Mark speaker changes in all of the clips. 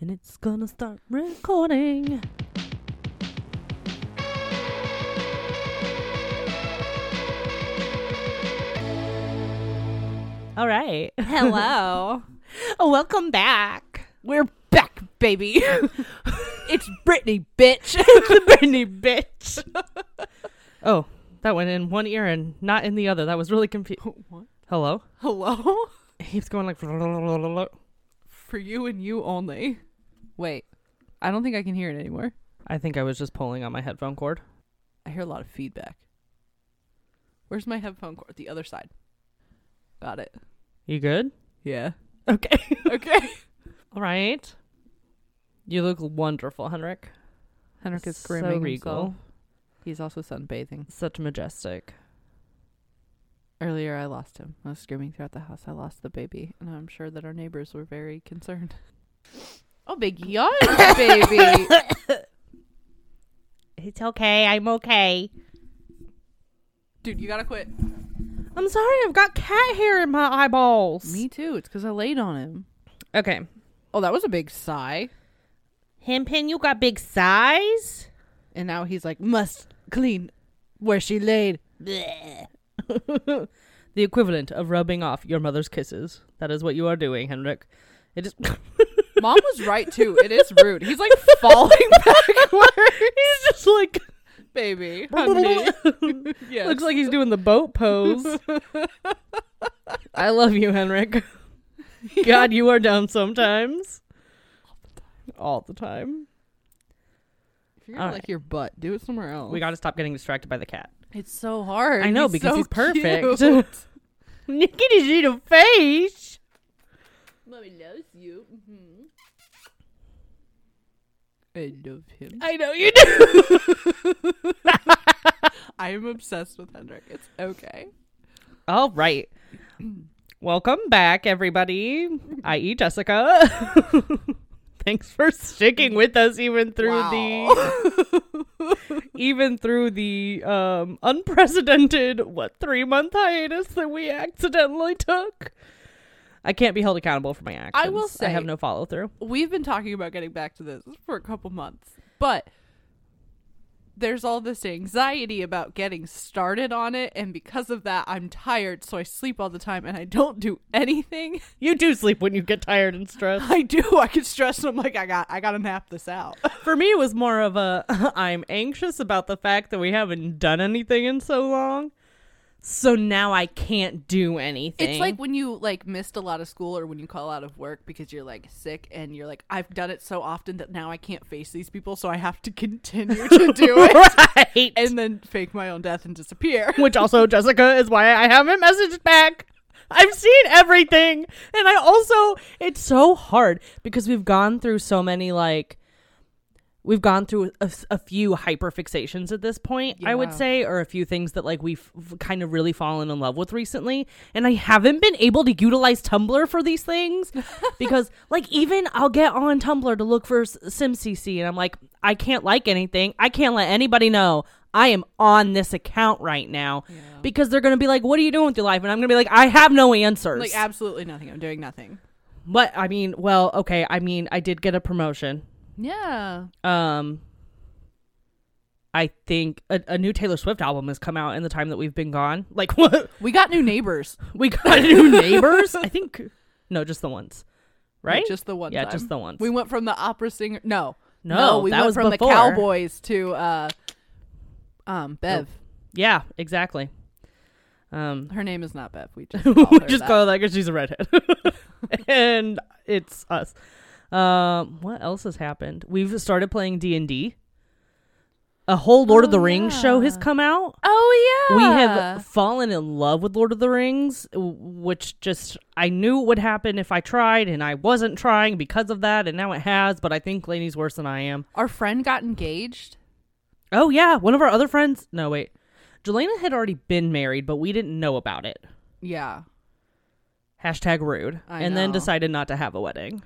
Speaker 1: and it's gonna start recording. All right. Oh,
Speaker 2: Hello.
Speaker 1: Welcome back.
Speaker 2: We're back, baby. it's Brittany, bitch.
Speaker 1: the Brittany bitch. oh, that went in one ear and not in the other. That was really confusing.
Speaker 2: What?
Speaker 1: Hello?
Speaker 2: Hello?
Speaker 1: He's going like.
Speaker 2: For you and you only. Wait. I don't think I can hear it anymore.
Speaker 1: I think I was just pulling on my headphone cord.
Speaker 2: I hear a lot of feedback. Where's my headphone cord? The other side. Got it.
Speaker 1: You good?
Speaker 2: Yeah.
Speaker 1: Okay.
Speaker 2: Okay.
Speaker 1: All right. You look wonderful, Henrik.
Speaker 2: Henrik is
Speaker 1: So
Speaker 2: grooming
Speaker 1: regal.
Speaker 2: himself. He's also sunbathing.
Speaker 1: Such majestic.
Speaker 2: Earlier, I lost him. I was screaming throughout the house. I lost the baby, and I'm sure that our neighbors were very concerned. Oh, big yawn, baby.
Speaker 1: It's okay. I'm okay.
Speaker 2: Dude, you gotta quit.
Speaker 1: I'm sorry. I've got cat hair in my eyeballs.
Speaker 2: Me too. It's because I laid on him.
Speaker 1: Okay.
Speaker 2: Oh, that was a big sigh.
Speaker 1: Hempin, you got big size?
Speaker 2: And now he's like, must clean where she laid.
Speaker 1: Bleh. the equivalent of rubbing off your mother's kisses. That is what you are doing, Henrik. It is.
Speaker 2: Mom was right too. It is rude. He's like falling backwards,
Speaker 1: He's just like.
Speaker 2: baby. Honey.
Speaker 1: looks
Speaker 2: Yes.
Speaker 1: like he's doing the boat pose. I love you, Henrik. God, you are dumb sometimes. All the time.
Speaker 2: if you're gonna
Speaker 1: All
Speaker 2: like your butt, do it somewhere else.
Speaker 1: We got to stop getting distracted by the cat.
Speaker 2: It's so hard.
Speaker 1: I know,
Speaker 2: He's
Speaker 1: because
Speaker 2: so
Speaker 1: he's perfect.
Speaker 2: cute.
Speaker 1: Nikki, did you eat a face?
Speaker 2: Mommy loves you. hmm I love him.
Speaker 1: I know you do.
Speaker 2: I am obsessed with Hendrik. It's okay.
Speaker 1: All right. Welcome back, everybody. I.e., Jessica. Thanks for sticking with us even through the even through the um unprecedented what three month hiatus that we accidentally took. I can't be held accountable for my actions.
Speaker 2: I will
Speaker 1: I have
Speaker 2: say-
Speaker 1: no follow through.
Speaker 2: We've been talking about getting back to this for a couple months, but there's all this anxiety about getting started on it, and because of that, I'm tired, so I sleep all the time and I don't do anything.
Speaker 1: You do sleep when you get tired and stressed.
Speaker 2: I do. I get stressed. And I'm like, I got, I gotta nap this out.
Speaker 1: For me, it was more of a I'm anxious about the fact that we haven't done anything in so long. So now I can't do anything.
Speaker 2: It's like when you like missed a lot of school or when you call out of work because you're like sick and you're like I've done it so often that now I can't face these people so I have to continue to do it
Speaker 1: right.
Speaker 2: and then fake my own death and disappear.
Speaker 1: which also Jessica is why I haven't messaged back. I've seen everything, and I also it's so hard because we've gone through so many like we've gone through a, a few hyperfixations at this point. I would
Speaker 2: Yeah.
Speaker 1: say, or a few things that like we've f- kind of really fallen in love with recently, and I haven't been able to utilize Tumblr for these things because like even I'll get on Tumblr to look for s- SimCC, and I'm like I can't like anything. I can't let anybody know. I am on this account right now because they're going to be like, "What are you doing with your life?" And I'm going to be like, "I have no answers."
Speaker 2: Like absolutely nothing. I'm doing nothing.
Speaker 1: but I mean, well, okay. I mean, I did get a promotion.
Speaker 2: Yeah.
Speaker 1: Um, I think a, a new Taylor Swift album has come out in the time that we've been gone. Like what?
Speaker 2: We got new neighbors.
Speaker 1: We got new neighbors. I think no, just the ones, right?
Speaker 2: Just the one
Speaker 1: yeah,
Speaker 2: time.
Speaker 1: just the ones.
Speaker 2: We went from the opera singer No.
Speaker 1: No,
Speaker 2: we
Speaker 1: that
Speaker 2: went
Speaker 1: was
Speaker 2: from
Speaker 1: before.
Speaker 2: the Cowboys to uh um Bev.
Speaker 1: Oh. yeah, exactly. Um,
Speaker 2: Her name is not Bev. We just
Speaker 1: we
Speaker 2: call her
Speaker 1: just
Speaker 2: that.
Speaker 1: call her that because she's a redhead, and it's us. Um, what else has happened? We've started playing D and D. A whole Lord of
Speaker 2: Oh,
Speaker 1: the Rings show has
Speaker 2: yeah.
Speaker 1: come out.
Speaker 2: Oh yeah.
Speaker 1: we have uh, fallen in love with Lord of the Rings, w- which just I knew would happen if I tried, and I wasn't trying because of that, and now it has. But I think Lainey's worse than I am.
Speaker 2: Our friend got engaged.
Speaker 1: Oh yeah, one of our other friends. No wait, Jelena had already been married, but we didn't know about it.
Speaker 2: Yeah.
Speaker 1: Hashtag rude,
Speaker 2: I
Speaker 1: and then
Speaker 2: know.
Speaker 1: decided not to have a wedding.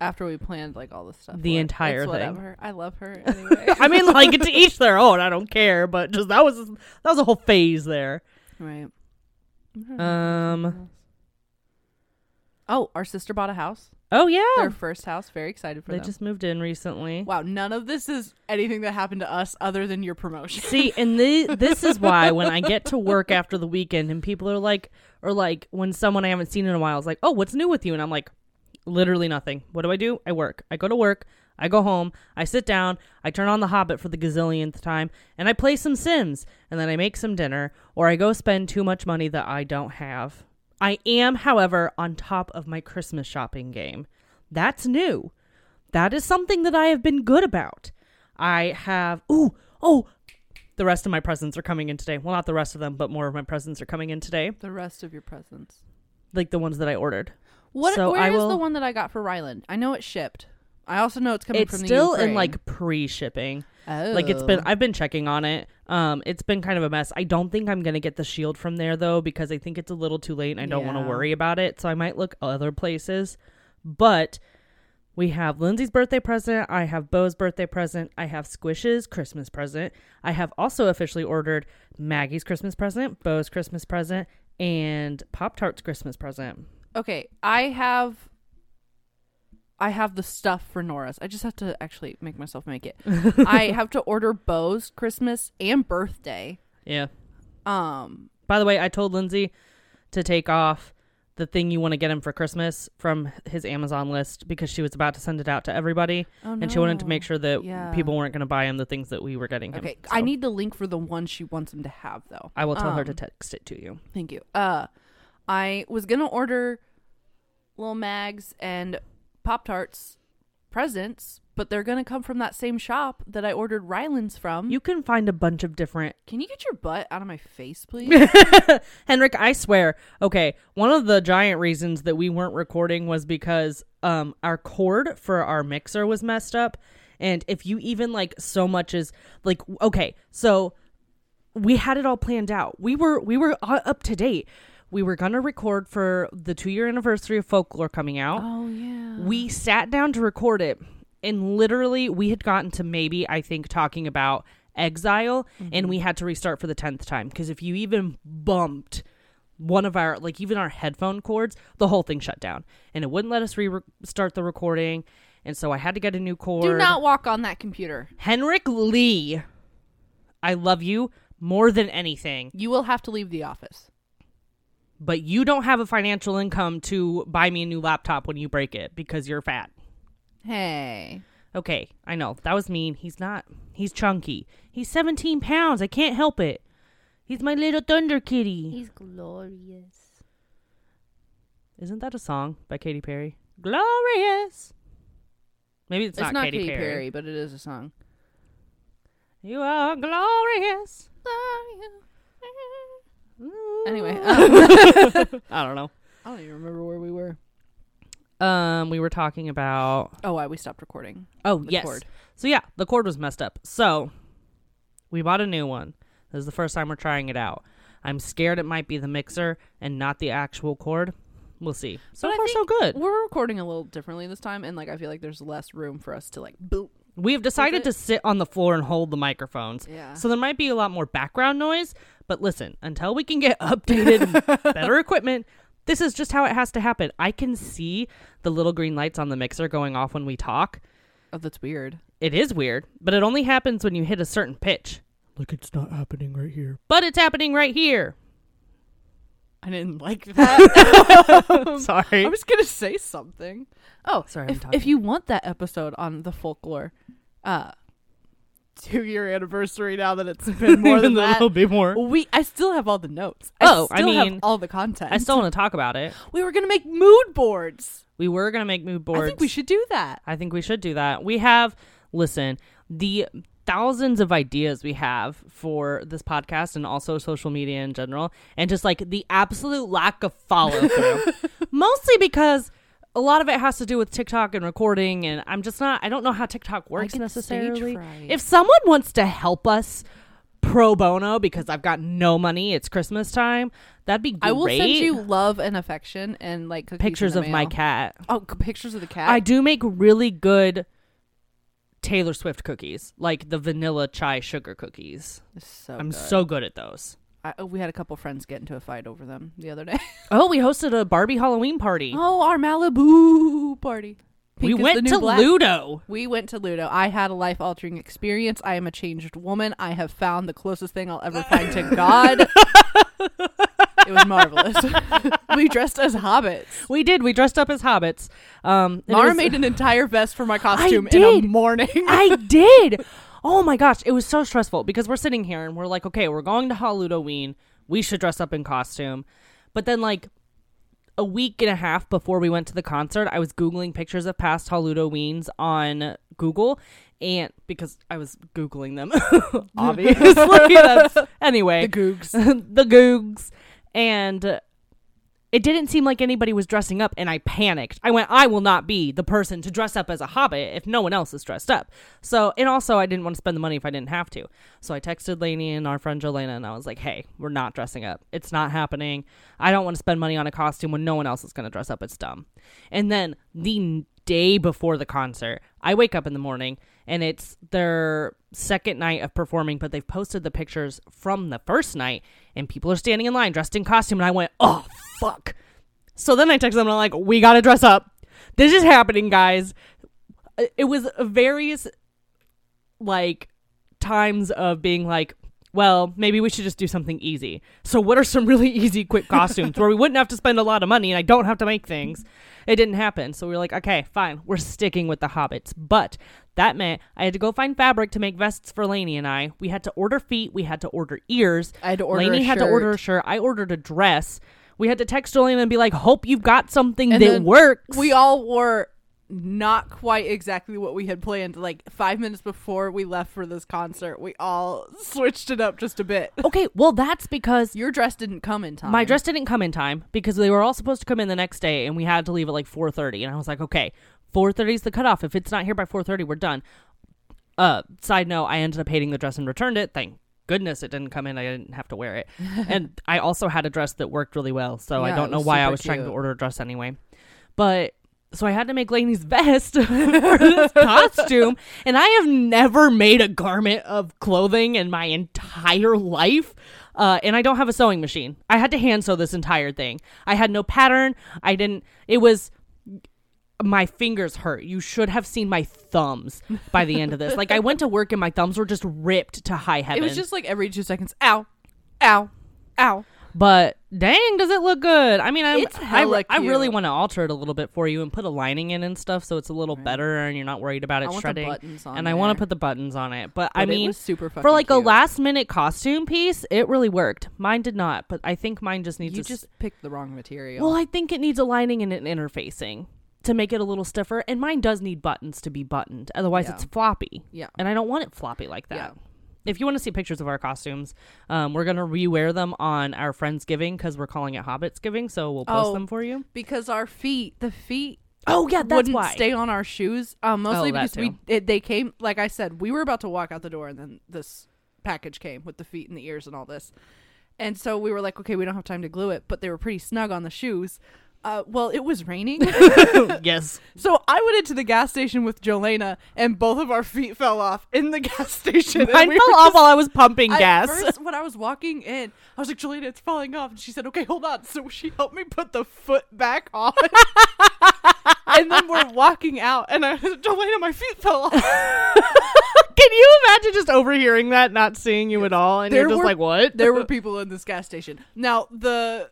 Speaker 2: After we planned like all this stuff.
Speaker 1: The
Speaker 2: for it.
Speaker 1: entire
Speaker 2: It's
Speaker 1: thing.
Speaker 2: Whatever. I love her anyway.
Speaker 1: I mean, like to each their own. I don't care, but just that was that was a whole phase there.
Speaker 2: right.
Speaker 1: Um.
Speaker 2: Oh, our sister bought a house.
Speaker 1: Oh yeah,
Speaker 2: Their first house. Very excited for
Speaker 1: they
Speaker 2: them.
Speaker 1: just moved in recently.
Speaker 2: wow, none of this is anything that happened to us other than your promotion.
Speaker 1: See, and the, this is why when I get to work after the weekend and people are like, or like when someone I haven't seen in a while is like, oh, what's new with you? And I'm like, literally nothing. What do I do? I work. I go to work. I go home. I sit down. I turn on The Hobbit for the gazillionth time and I play some Sims and then I make some dinner or I go spend too much money that I don't have. I am, however, on top of my Christmas shopping game. That's new. That is something that I have been good about. I have, ooh, oh, the rest of my presents are coming in today. Well, not the rest of them, but more of my presents are coming in today,
Speaker 2: the rest of your presents.
Speaker 1: like the ones that I ordered.
Speaker 2: What?
Speaker 1: So
Speaker 2: where
Speaker 1: I
Speaker 2: is
Speaker 1: will-
Speaker 2: the one that I got for Ryland? I know it shipped. I also know it's coming
Speaker 1: It's
Speaker 2: from the
Speaker 1: still in
Speaker 2: Ukraine.
Speaker 1: like pre-shipping.
Speaker 2: oh.
Speaker 1: Like it's been I've been checking on it. Um it's been kind of a mess. I don't think I'm going to get the shield from there though because I think it's a little too late and I don't want
Speaker 2: Yeah.
Speaker 1: to worry about it. So I might look other places. But we have Lindsay's birthday present, I have Bo's birthday present, I have Squish's Christmas present. I have also officially ordered Maggie's Christmas present, Bo's Christmas present, and Pop-Tart's Christmas present.
Speaker 2: okay. I have. I have the stuff for Nora's. I just have to actually make myself make it. I have to order Bo's Christmas and birthday.
Speaker 1: Yeah.
Speaker 2: Um,
Speaker 1: By the way, I told Lindsay to take off the thing you want to get him for Christmas from his Amazon list because she was about to send it out to everybody
Speaker 2: oh
Speaker 1: and she wanted to
Speaker 2: no.
Speaker 1: make sure that
Speaker 2: Yeah.
Speaker 1: people weren't going to buy him the things that we were getting him.
Speaker 2: Okay,
Speaker 1: So
Speaker 2: I need the link for the one she wants him to have, though.
Speaker 1: I will tell her to
Speaker 2: um,
Speaker 1: text it to you.
Speaker 2: Thank you. Uh, I was gonna order little mags and pop tarts presents, but they're gonna come from that same shop that I ordered Rylands from.
Speaker 1: You can find a bunch of different
Speaker 2: Can you get your butt out of my face, please?
Speaker 1: Henrik, I swear. Okay, one of the giant reasons that we weren't recording was because um our cord for our mixer was messed up and if you even like so much as like okay, so we had it all planned out. We were we were uh, up to date. We were going to record for the 2 year anniversary of Folklore coming out.
Speaker 2: oh yeah.
Speaker 1: We sat down to record it, and literally, we had gotten to maybe, I think, talking about exile,
Speaker 2: Mm-hmm.
Speaker 1: and we had to restart for the 10th time. Because if you even bumped one of our, like, even our headphone cords, the whole thing shut down, and it wouldn't let us re- start the recording. And so I had to get a new cord.
Speaker 2: Do not walk on that computer.
Speaker 1: Henrik Lee, I love you more than anything,
Speaker 2: You will have to leave the office.
Speaker 1: but you don't have a financial income to buy me a new laptop when you break it because you're fat.
Speaker 2: Hey.
Speaker 1: Okay, I know. That was mean. He's not. He's chunky. He's 17 pounds. I can't help it. He's my little thunder kitty.
Speaker 3: He's glorious.
Speaker 1: Isn't that a song by Katy Perry? Glorious. Maybe it's,
Speaker 2: It's, not, Katy, Perry. but it is a song.
Speaker 1: You are glorious.
Speaker 2: Anyway, um,
Speaker 1: I don't know.
Speaker 2: I don't even remember where we were.
Speaker 1: Um, we were talking about
Speaker 2: Oh, I we stopped recording.
Speaker 1: Oh,
Speaker 2: the
Speaker 1: yes.
Speaker 2: cord.
Speaker 1: So yeah, the cord was messed up. So we bought a new one. This is the first time we're trying it out. I'm scared it might be the mixer and not the actual cord. We'll see. So
Speaker 2: But I
Speaker 1: far, so good.
Speaker 2: We're recording a little differently this time, and like I feel like there's less room for us to like boop.
Speaker 1: We have decided
Speaker 2: it-
Speaker 1: to sit on the floor and hold the microphones.
Speaker 2: Yeah.
Speaker 1: So there might be a lot more background noise, but listen, until we can get updated, better equipment, this is just how it has to happen. I can see the little green lights on the mixer going off when we talk.
Speaker 2: Oh, that's weird.
Speaker 1: It is weird, but it only happens when you hit a certain pitch.
Speaker 4: Like it's not happening right here.
Speaker 1: But it's happening right here.
Speaker 2: I didn't like that.
Speaker 1: Sorry.
Speaker 2: I was gonna say something. Oh,
Speaker 1: Sorry, I'm
Speaker 2: If,
Speaker 1: talking.
Speaker 2: if you want that episode on the folklore, uh, two year anniversary now that it's been more than that.
Speaker 1: bit more.
Speaker 2: We, I still have all the notes.
Speaker 1: Oh, I
Speaker 2: still have
Speaker 1: mean,
Speaker 2: all the content.
Speaker 1: I still want to talk about it.
Speaker 2: We were gonna make mood boards.
Speaker 1: We were gonna make mood boards.
Speaker 2: I think we should do that.
Speaker 1: I think we should do that. We have listen the thousands of ideas we have for this podcast and also social media in general, and just like the absolute lack of follow through, mostly because. A lot of it has to do with TikTok and recording, and I'm just not. I don't know how TikTok works
Speaker 2: get
Speaker 1: necessarily.
Speaker 2: stage fright.
Speaker 1: If someone wants to help us pro bono because I've got no money, it's Christmas time. That'd be great.
Speaker 2: I will send you love and affection and like cookies in
Speaker 1: pictures
Speaker 2: the
Speaker 1: of my
Speaker 2: mail.
Speaker 1: cat.
Speaker 2: Oh, c- pictures of the cat.
Speaker 1: I do make really good Taylor Swift cookies, like the vanilla chai sugar cookies.
Speaker 2: It's so
Speaker 1: I'm
Speaker 2: good.
Speaker 1: so good at those.
Speaker 2: I, we had a couple friends get into a fight over them the other day.
Speaker 1: Oh, we hosted a Barbie Halloween party.
Speaker 2: oh, our Malibu party.
Speaker 1: we
Speaker 2: Pink is the
Speaker 1: went
Speaker 2: new
Speaker 1: to
Speaker 2: black.
Speaker 1: Ludo.
Speaker 2: We went to Ludo. I had a life altering experience. I am a changed woman. I have found the closest thing I'll ever find to God. it was marvelous. we dressed as hobbits.
Speaker 1: We did. We dressed up as hobbits. Um, and it
Speaker 2: Mara
Speaker 1: was-
Speaker 2: made an entire vest for my costume in a
Speaker 1: did.
Speaker 2: morning.
Speaker 1: I did. Oh my gosh, it was so stressful because we're sitting here and we're like, okay, we're going to Halloween. We should dress up in costume. But then like a week and a half before we went to the concert, I was googling pictures of past Halloweens on Google and because I was googling them obviously. That's, anyway,
Speaker 2: the googs.
Speaker 1: the googs and it didn't seem like anybody was dressing up and i panicked i went i will not be the person to dress up as a hobbit if no one else is dressed up so and also i didn't want to spend the money if i didn't have to so i texted laney and our friend jolena and i was like hey we're not dressing up it's not happening i don't want to spend money on a costume when no one else is going to dress up it's dumb and then the n- day before the concert i wake up in the morning and it's their second night of performing, but they've posted the pictures from the first night, and people are standing in line dressed in costume, and I went, oh, fuck. So then I texted them, and I'm like, we gotta dress up. This is happening, guys. It was various, like, times of being like, well, maybe we should just do something easy. So, what are some really easy, quick costumes where we wouldn't have to spend a lot of money and I don't have to make things? It didn't happen. So, we were like, okay, fine, we're sticking with the hobbits. But that meant I had to go find fabric to make vests for Lainey and I. We had to order feet, we had to order ears.
Speaker 2: I had to order
Speaker 1: Lainey
Speaker 2: a
Speaker 1: had to
Speaker 2: shirt.
Speaker 1: order a shirt. I ordered a dress. We had to text Jolene and be like, hope you've got something
Speaker 2: And
Speaker 1: that
Speaker 2: then
Speaker 1: works.
Speaker 2: We all wore not quite exactly what we had planned. Like five minutes before we left for this concert, we all switched it up just a bit.
Speaker 1: okay, well, that's because
Speaker 2: Your dress didn't come in time.
Speaker 1: My dress didn't come in time because they were all supposed to come in the next day, and we had to leave at like four thirty. And I was like, okay, four thirty is the cutoff. If it's not here by four thirty, we're done. Uh, side note, I ended up hating the dress and returned it. Thank goodness it didn't come in. I didn't have to wear it. and I also had a dress that worked really well, so
Speaker 2: Yeah,
Speaker 1: I
Speaker 2: it
Speaker 1: don't know
Speaker 2: was
Speaker 1: why I
Speaker 2: super
Speaker 1: was trying to
Speaker 2: cute.
Speaker 1: order a dress anyway. But so I had to make Lainey's vest for this costume, and I have never made a garment of clothing in my entire life. Uh, and I don't have a sewing machine. I had to hand sew this entire thing. I had no pattern. I didn't. It was my fingers hurt. You should have seen my thumbs by the end of this. Like I went to work and my thumbs were just ripped to high
Speaker 2: It
Speaker 1: heaven.
Speaker 2: was just like every two seconds, ow, ow, ow.
Speaker 1: But dang, does it look good? I mean, I'm,
Speaker 2: It's
Speaker 1: I,
Speaker 2: hella
Speaker 1: I really
Speaker 2: cute.
Speaker 1: want to alter it a little bit for you and put a lining in and stuff so it's a little better and you're not worried about it
Speaker 2: I want the
Speaker 1: shredding.
Speaker 2: buttons on
Speaker 1: and I want
Speaker 2: there.
Speaker 1: to put the buttons on it. But, I
Speaker 2: But it
Speaker 1: mean,
Speaker 2: was super
Speaker 1: for like a
Speaker 2: fucking cute.
Speaker 1: last minute costume piece, it really worked. Mine did not, but I think mine just needs a
Speaker 2: You
Speaker 1: s-
Speaker 2: just picked the wrong material.
Speaker 1: well, I think it needs a lining and an interfacing to make it a little stiffer. And mine does need buttons to be buttoned. Otherwise,
Speaker 2: Yeah.
Speaker 1: it's floppy.
Speaker 2: Yeah.
Speaker 1: And I don't want it floppy like that.
Speaker 2: Yeah.
Speaker 1: If you want to see pictures of our costumes, um, we're going to rewear them on our Friendsgiving because we're calling it Hobbitsgiving. So we'll post
Speaker 2: Oh.
Speaker 1: them for you.
Speaker 2: because our feet, the feet
Speaker 1: Oh, yeah. That's
Speaker 2: wouldn't
Speaker 1: why.
Speaker 2: stay on our shoes. Um, mostly
Speaker 1: Oh, that
Speaker 2: because we it, they came like I said, we were about to walk out the door, and then this package came with the feet and the ears and all this, and so we were like, okay, we don't have time to glue it, but they were pretty snug on the shoes. Uh, well, it was raining,
Speaker 1: yes.
Speaker 2: so I went into the gas station with Jolena, and both of our feet fell off in the gas station. and
Speaker 1: Mine
Speaker 2: we
Speaker 1: fell
Speaker 2: were
Speaker 1: off
Speaker 2: just-
Speaker 1: while I was pumping
Speaker 2: at
Speaker 1: gas.
Speaker 2: first, when I was walking in, I was like, Jolena, it's falling off. And she said, okay, hold on. So she helped me put the foot back on. and then we're walking out, and I said, Jolena, my feet fell off.
Speaker 1: Can you imagine just overhearing that, not seeing you at all? And
Speaker 2: There
Speaker 1: you're just
Speaker 2: were-
Speaker 1: like, what?
Speaker 2: there were people in this gas station. Now, the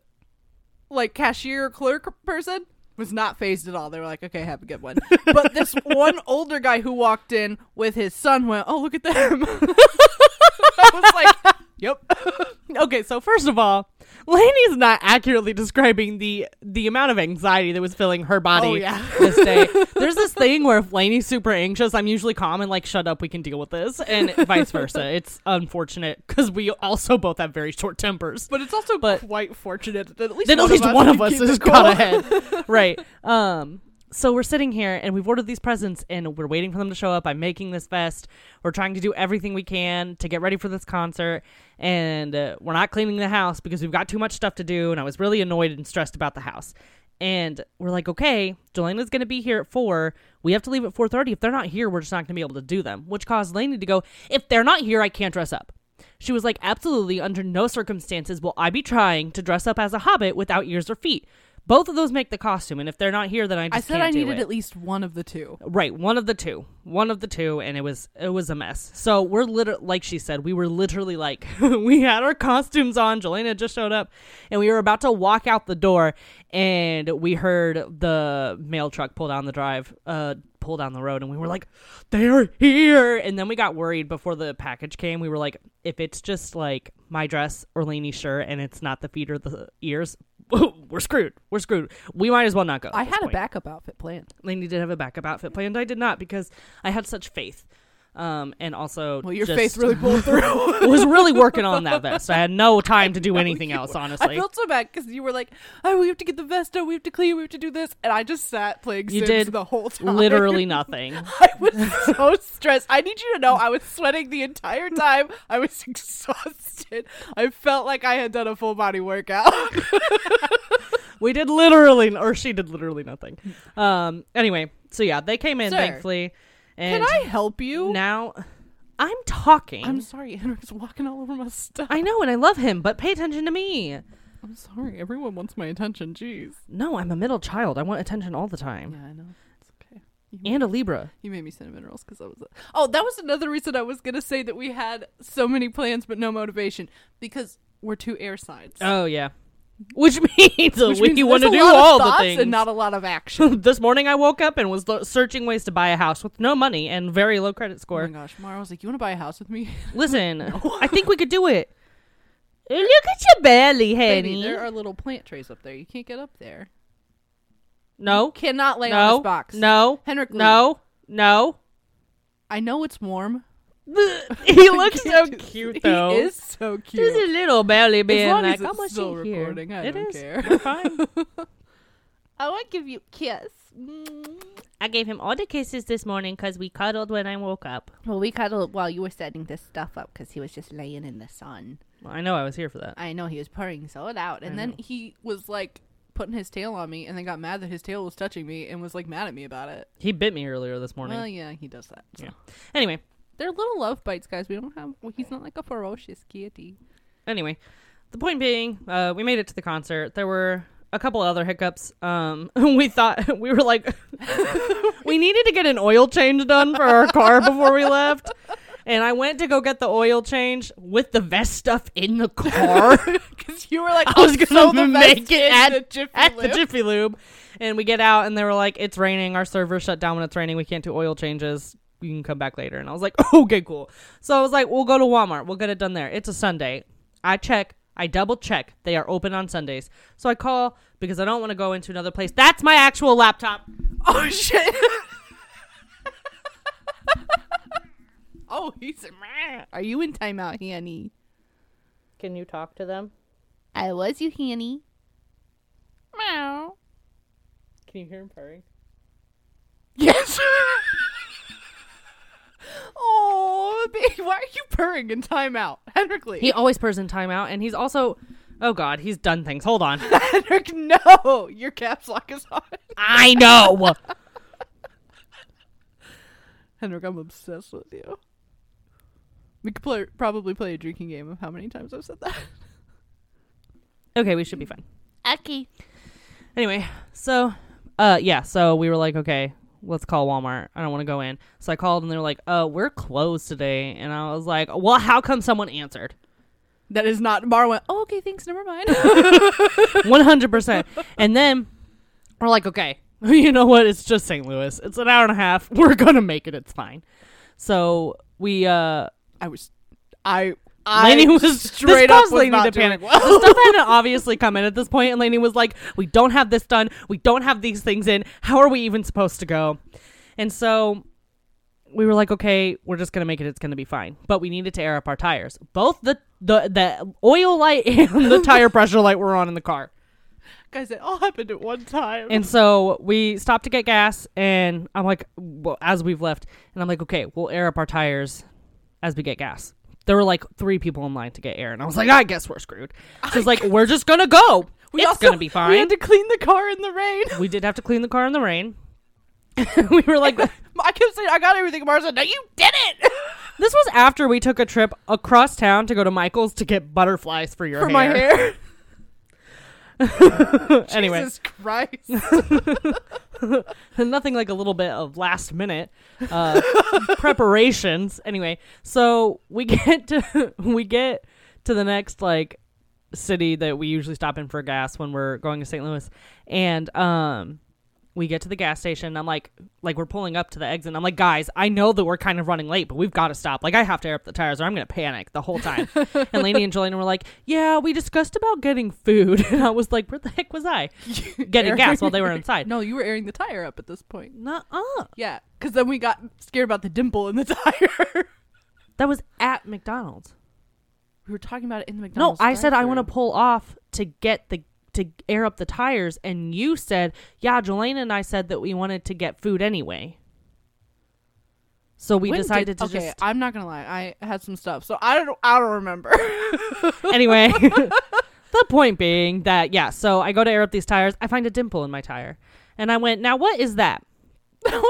Speaker 2: like cashier clerk person was not phased at all. They were like, okay, have a good one. But this one older guy who walked in with his son went, oh, look at them. I was like, yep.
Speaker 1: Okay, so first of all, Lainey's not accurately describing the the amount of anxiety that was filling her body
Speaker 2: Oh, yeah.
Speaker 1: this day. There's this thing where if Lainey's super anxious, I'm usually calm and like, shut up, we can deal with this, and vice versa. It's unfortunate because we also both have very short tempers.
Speaker 2: But it's also
Speaker 1: But-
Speaker 2: quite fortunate that at least
Speaker 1: Then
Speaker 2: one
Speaker 1: at least
Speaker 2: of us
Speaker 1: one
Speaker 2: can
Speaker 1: of us
Speaker 2: keep the
Speaker 1: has
Speaker 2: cool.
Speaker 1: got ahead, right? Um, so we're sitting here and we've ordered these presents and we're waiting for them to show up. I'm making this vest. We're trying to do everything we can to get ready for this concert, and uh, we're not cleaning the house because we've got too much stuff to do. And I was really annoyed and stressed about the house. And we're like, okay, Jelena's going to be here at four. We have to leave at four thirty. If they're not here, we're just not going to be able to do them. Which caused Lainey to go, if they're not here, I can't dress up. She was like, Absolutely, under no circumstances will I be trying to dress up as a hobbit without ears or feet. Both of those make the costume, and if they're not here, then I
Speaker 2: I
Speaker 1: just
Speaker 2: said
Speaker 1: can't
Speaker 2: I
Speaker 1: do
Speaker 2: needed
Speaker 1: it.
Speaker 2: at least one of the two.
Speaker 1: Right, one of the two, one of the two, and it was it was a mess. So we're literally, like she said, we were literally like we had our costumes on. Jelena just showed up, and we were about to walk out the door, and we heard the mail truck pull down the drive, uh, pull down the road, and we were like, "They're here!" And then we got worried before the package came. We were like, "If it's just like my dress or Lainey's shirt, and it's not the feet or the ears." We're screwed. We're screwed. We might as well not go. at
Speaker 2: I
Speaker 1: this
Speaker 2: had a
Speaker 1: point.
Speaker 2: backup outfit planned.
Speaker 1: Lainey did have a backup outfit planned. I did not because I had such faith. Um, and also,
Speaker 2: Well, your
Speaker 1: just-
Speaker 2: face really pulled through.
Speaker 1: was really working on that vest. I had no time to do anything else,
Speaker 2: Oh, I
Speaker 1: honestly.
Speaker 2: felt so bad because you were like, "Oh, we have to get the vest out. We have to clean. We have to do this," and I just sat playing
Speaker 1: You
Speaker 2: Sims
Speaker 1: did
Speaker 2: the whole time.
Speaker 1: Literally nothing.
Speaker 2: I was so stressed. I need you to know I was sweating the entire time. I was exhausted. I felt like I had done a full body workout.
Speaker 1: We did literally, or she did literally nothing. Um, anyway, so yeah, they came in
Speaker 2: Sir,
Speaker 1: thankfully,
Speaker 2: Can
Speaker 1: and
Speaker 2: I help you?
Speaker 1: now I'm talking.
Speaker 2: I'm sorry, Henry's walking all over my stuff.
Speaker 1: I know, and I love him, but pay attention to me.
Speaker 2: I'm sorry. Everyone wants my attention. Jeez.
Speaker 1: No, I'm a middle child. I want attention all the time,
Speaker 2: I know. It's okay.
Speaker 1: and a Libra.
Speaker 2: You made me cinnamon rolls because I was. Oh, that was another reason I was gonna say that we had so many plans but no motivation because we're two air signs.
Speaker 1: Oh yeah, which means
Speaker 2: Which
Speaker 1: we
Speaker 2: means
Speaker 1: want to
Speaker 2: there's
Speaker 1: do
Speaker 2: a lot of
Speaker 1: all the
Speaker 2: thoughts
Speaker 1: things
Speaker 2: and not a lot of action.
Speaker 1: this morning I woke up and was lo- searching ways to buy a house with no money and very low credit
Speaker 2: oh my
Speaker 1: score.
Speaker 2: gosh, Mara was like, "You want to buy a house with me?"
Speaker 1: Listen, I think we could do it. Look at your belly,
Speaker 2: Baby,
Speaker 1: honey.
Speaker 2: there are little plant trays up there. You can't get up there.
Speaker 1: no,
Speaker 2: Cannot lay on
Speaker 1: no,
Speaker 2: this box.
Speaker 1: no,
Speaker 2: Henrik, leave.
Speaker 1: no, no.
Speaker 2: I know it's warm.
Speaker 1: he looks so
Speaker 2: He
Speaker 1: cute though.
Speaker 2: He is so cute.
Speaker 1: Just a little belly being
Speaker 2: as long
Speaker 1: like,
Speaker 2: as
Speaker 1: "I'm
Speaker 2: it's
Speaker 1: gonna
Speaker 2: still
Speaker 1: sit here."
Speaker 2: recording, I
Speaker 1: It
Speaker 2: don't
Speaker 1: is.
Speaker 2: care.
Speaker 1: You're fine.
Speaker 2: I want to give you a kiss. Mm.
Speaker 1: I gave him all the kisses this morning because we cuddled when I woke up.
Speaker 2: Well, we cuddled while you were setting this stuff up because he was just laying in the sun.
Speaker 1: Well, I know I was here for that.
Speaker 2: I know he was purring so loud, and
Speaker 1: I
Speaker 2: then
Speaker 1: know.
Speaker 2: he was like putting his tail on me, and then got mad that his tail was touching me, and was like mad at me about it.
Speaker 1: He bit me earlier this morning.
Speaker 2: Well, yeah, he does that. so.
Speaker 1: Yeah. Anyway,
Speaker 2: They're little love bites, guys. We don't have. Well, he's not like a ferocious kitty.
Speaker 1: anyway, the point being, uh, we made it to the concert. There were a couple other hiccups. Um, we thought we were like, we needed to get an oil change done for our car before we left. And I went to go get the oil change with the vest stuff in the car
Speaker 2: Because you were like,
Speaker 1: I was
Speaker 2: "Oh,
Speaker 1: gonna
Speaker 2: so the
Speaker 1: make
Speaker 2: best
Speaker 1: it
Speaker 2: is
Speaker 1: at-
Speaker 2: the Jiffy
Speaker 1: at the
Speaker 2: Lube."
Speaker 1: Jiffy Lube. And we get out, and they were like, "It's raining. Our server shut down when it's raining. We can't do oil changes. You can come back later." And I was like, "Okay, cool." So I was like, "We'll go to Walmart. We'll get it done there. It's a Sunday. I check. I double check. They are open on Sundays. So I call because I don't want to go into another place. That's my actual laptop.
Speaker 2: Oh shit. oh, he's. Are you in timeout, Hanny?
Speaker 1: Can you talk to them?
Speaker 2: I was you, Hanny. Meow.
Speaker 1: Can you hear him purring?
Speaker 2: Yes. oh, baby, why are you purring in timeout, Henricly?
Speaker 1: He always purrs in timeout, and he's also, oh god, he's done things. Hold on.
Speaker 2: Henrik, no, your caps lock is on.
Speaker 1: I know.
Speaker 2: Henrik, I'm obsessed with you. We could play, probably play a drinking game of how many times I've said that.
Speaker 1: Okay, we should be fine.
Speaker 2: Aki.
Speaker 1: Anyway, so uh yeah, so we were like, okay, let's call Walmart. I don't want to go in. So I called and they were like, "Uh, we're closed today." And I was like, "Well, how come someone answered?"
Speaker 2: That is not. Mara went, oh, okay, thanks, never mind.
Speaker 1: 100%. and then we're like, "Okay, you know what? It's just St. Louis. It's an hour and a half. We're going to make it. It's fine." So we uh
Speaker 2: I was. I. I
Speaker 1: Lainey was
Speaker 2: straight
Speaker 1: this
Speaker 2: up
Speaker 1: caused
Speaker 2: was
Speaker 1: Lainey
Speaker 2: not
Speaker 1: to
Speaker 2: doing
Speaker 1: panic.
Speaker 2: well.
Speaker 1: The stuff had obviously come in at this point, and Lainey was like, "We don't have this done. We don't have these things in. How are we even supposed to go?" And so we were like, "Okay, we're just gonna make it. It's gonna be fine." But we needed to air up our tires. Both the the the oil light and the tire pressure light were on in the car.
Speaker 2: Guys, it all happened at one time.
Speaker 1: And so we stopped to get gas, and I'm like, well, as we've left, and I'm like, okay, we'll air up our tires as we get gas. There were like three people in line to get air, and I was like, I guess we're screwed. She's like, we're just gonna go.
Speaker 2: We
Speaker 1: it's
Speaker 2: also-
Speaker 1: gonna be fine.
Speaker 2: We had to clean the car in the rain.
Speaker 1: We did have to clean the car in the rain. we were like,
Speaker 2: I kept saying, I got everything. Mara said, no, you didn't.
Speaker 1: This was after we took a trip across town to go to Michael's to get butterflies for your
Speaker 2: for
Speaker 1: hair.
Speaker 2: my hair.
Speaker 1: anyway,
Speaker 2: Jesus Christ.
Speaker 1: nothing like a little bit of last minute uh, preparations. Anyway, so we get to we get to the next like city that we usually stop in for gas when we're going to St. Louis, and um. We get to the gas station. I'm like, like we're pulling up to the exit. I'm like, guys, I know that we're kind of running late, but we've got to stop. Like, I have to air up the tires, or I'm gonna panic the whole time. and Lainey and Jolene were like, yeah, we discussed about getting food, and I was like, where the heck was I getting gas while they were inside?
Speaker 2: No, you were airing the tire up at this point.
Speaker 1: Nuh uh.
Speaker 2: Yeah, because then we got scared about the dimple in the tire.
Speaker 1: That was at McDonald's.
Speaker 2: we were talking about it in the
Speaker 1: No,
Speaker 2: McDonald's.
Speaker 1: I said I
Speaker 2: drive-thru.
Speaker 1: want to pull off to get the to air up the tires, and you said, "Yeah, Jelaine and I said that we wanted to get food anyway." So we
Speaker 2: When did-
Speaker 1: decided to
Speaker 2: okay,
Speaker 1: just
Speaker 2: I'm not gonna lie. I had some stuff, so I don't. I don't remember.
Speaker 1: anyway. the point being that yeah, so I go to air up these tires. I find a dimple in my tire, and I went, "Now what is that?"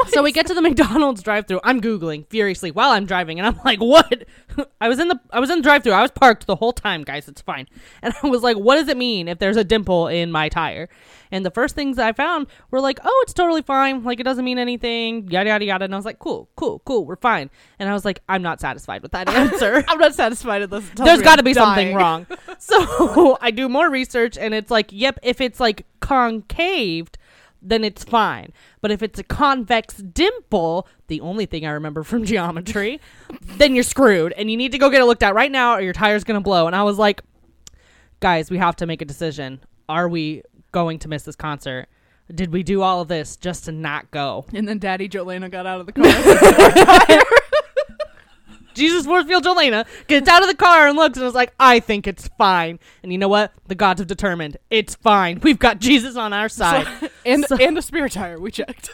Speaker 1: so we get to the McDonald's drive-through. I'm googling furiously while I'm driving, and I'm like, "What?" I was in the I was in the drive-through. I was parked the whole time, guys. It's fine. And I was like, "What does it mean if there's a dimple in my tire?" And the first things I found were like, "Oh, it's totally fine. Like it doesn't mean anything." Yada yada yada. And I was like, "Cool, cool, cool. We're fine." And I was like, "I'm not satisfied with that answer."
Speaker 2: I'm not satisfied unless it tells
Speaker 1: There's
Speaker 2: me
Speaker 1: got to
Speaker 2: I'm
Speaker 1: be something
Speaker 2: dying.
Speaker 1: wrong. So I do more research, and it's like, yep, if it's like concaved, then it's fine. But if it's a convex dimple, the only thing I remember from geometry, then you're screwed, and you need to go get it looked at right now, or your tire's gonna blow. And I was like, guys, we have to make a decision. Are we going to miss this concert? Did we do all of this just to not go?
Speaker 2: And then Daddy Jolena got out of the car.
Speaker 1: Jesus Forcefield Jelena gets out of the car and looks and is like, I think it's fine. And you know what? The gods have determined it's fine. We've got Jesus on our side
Speaker 2: and and a spare tire. We checked.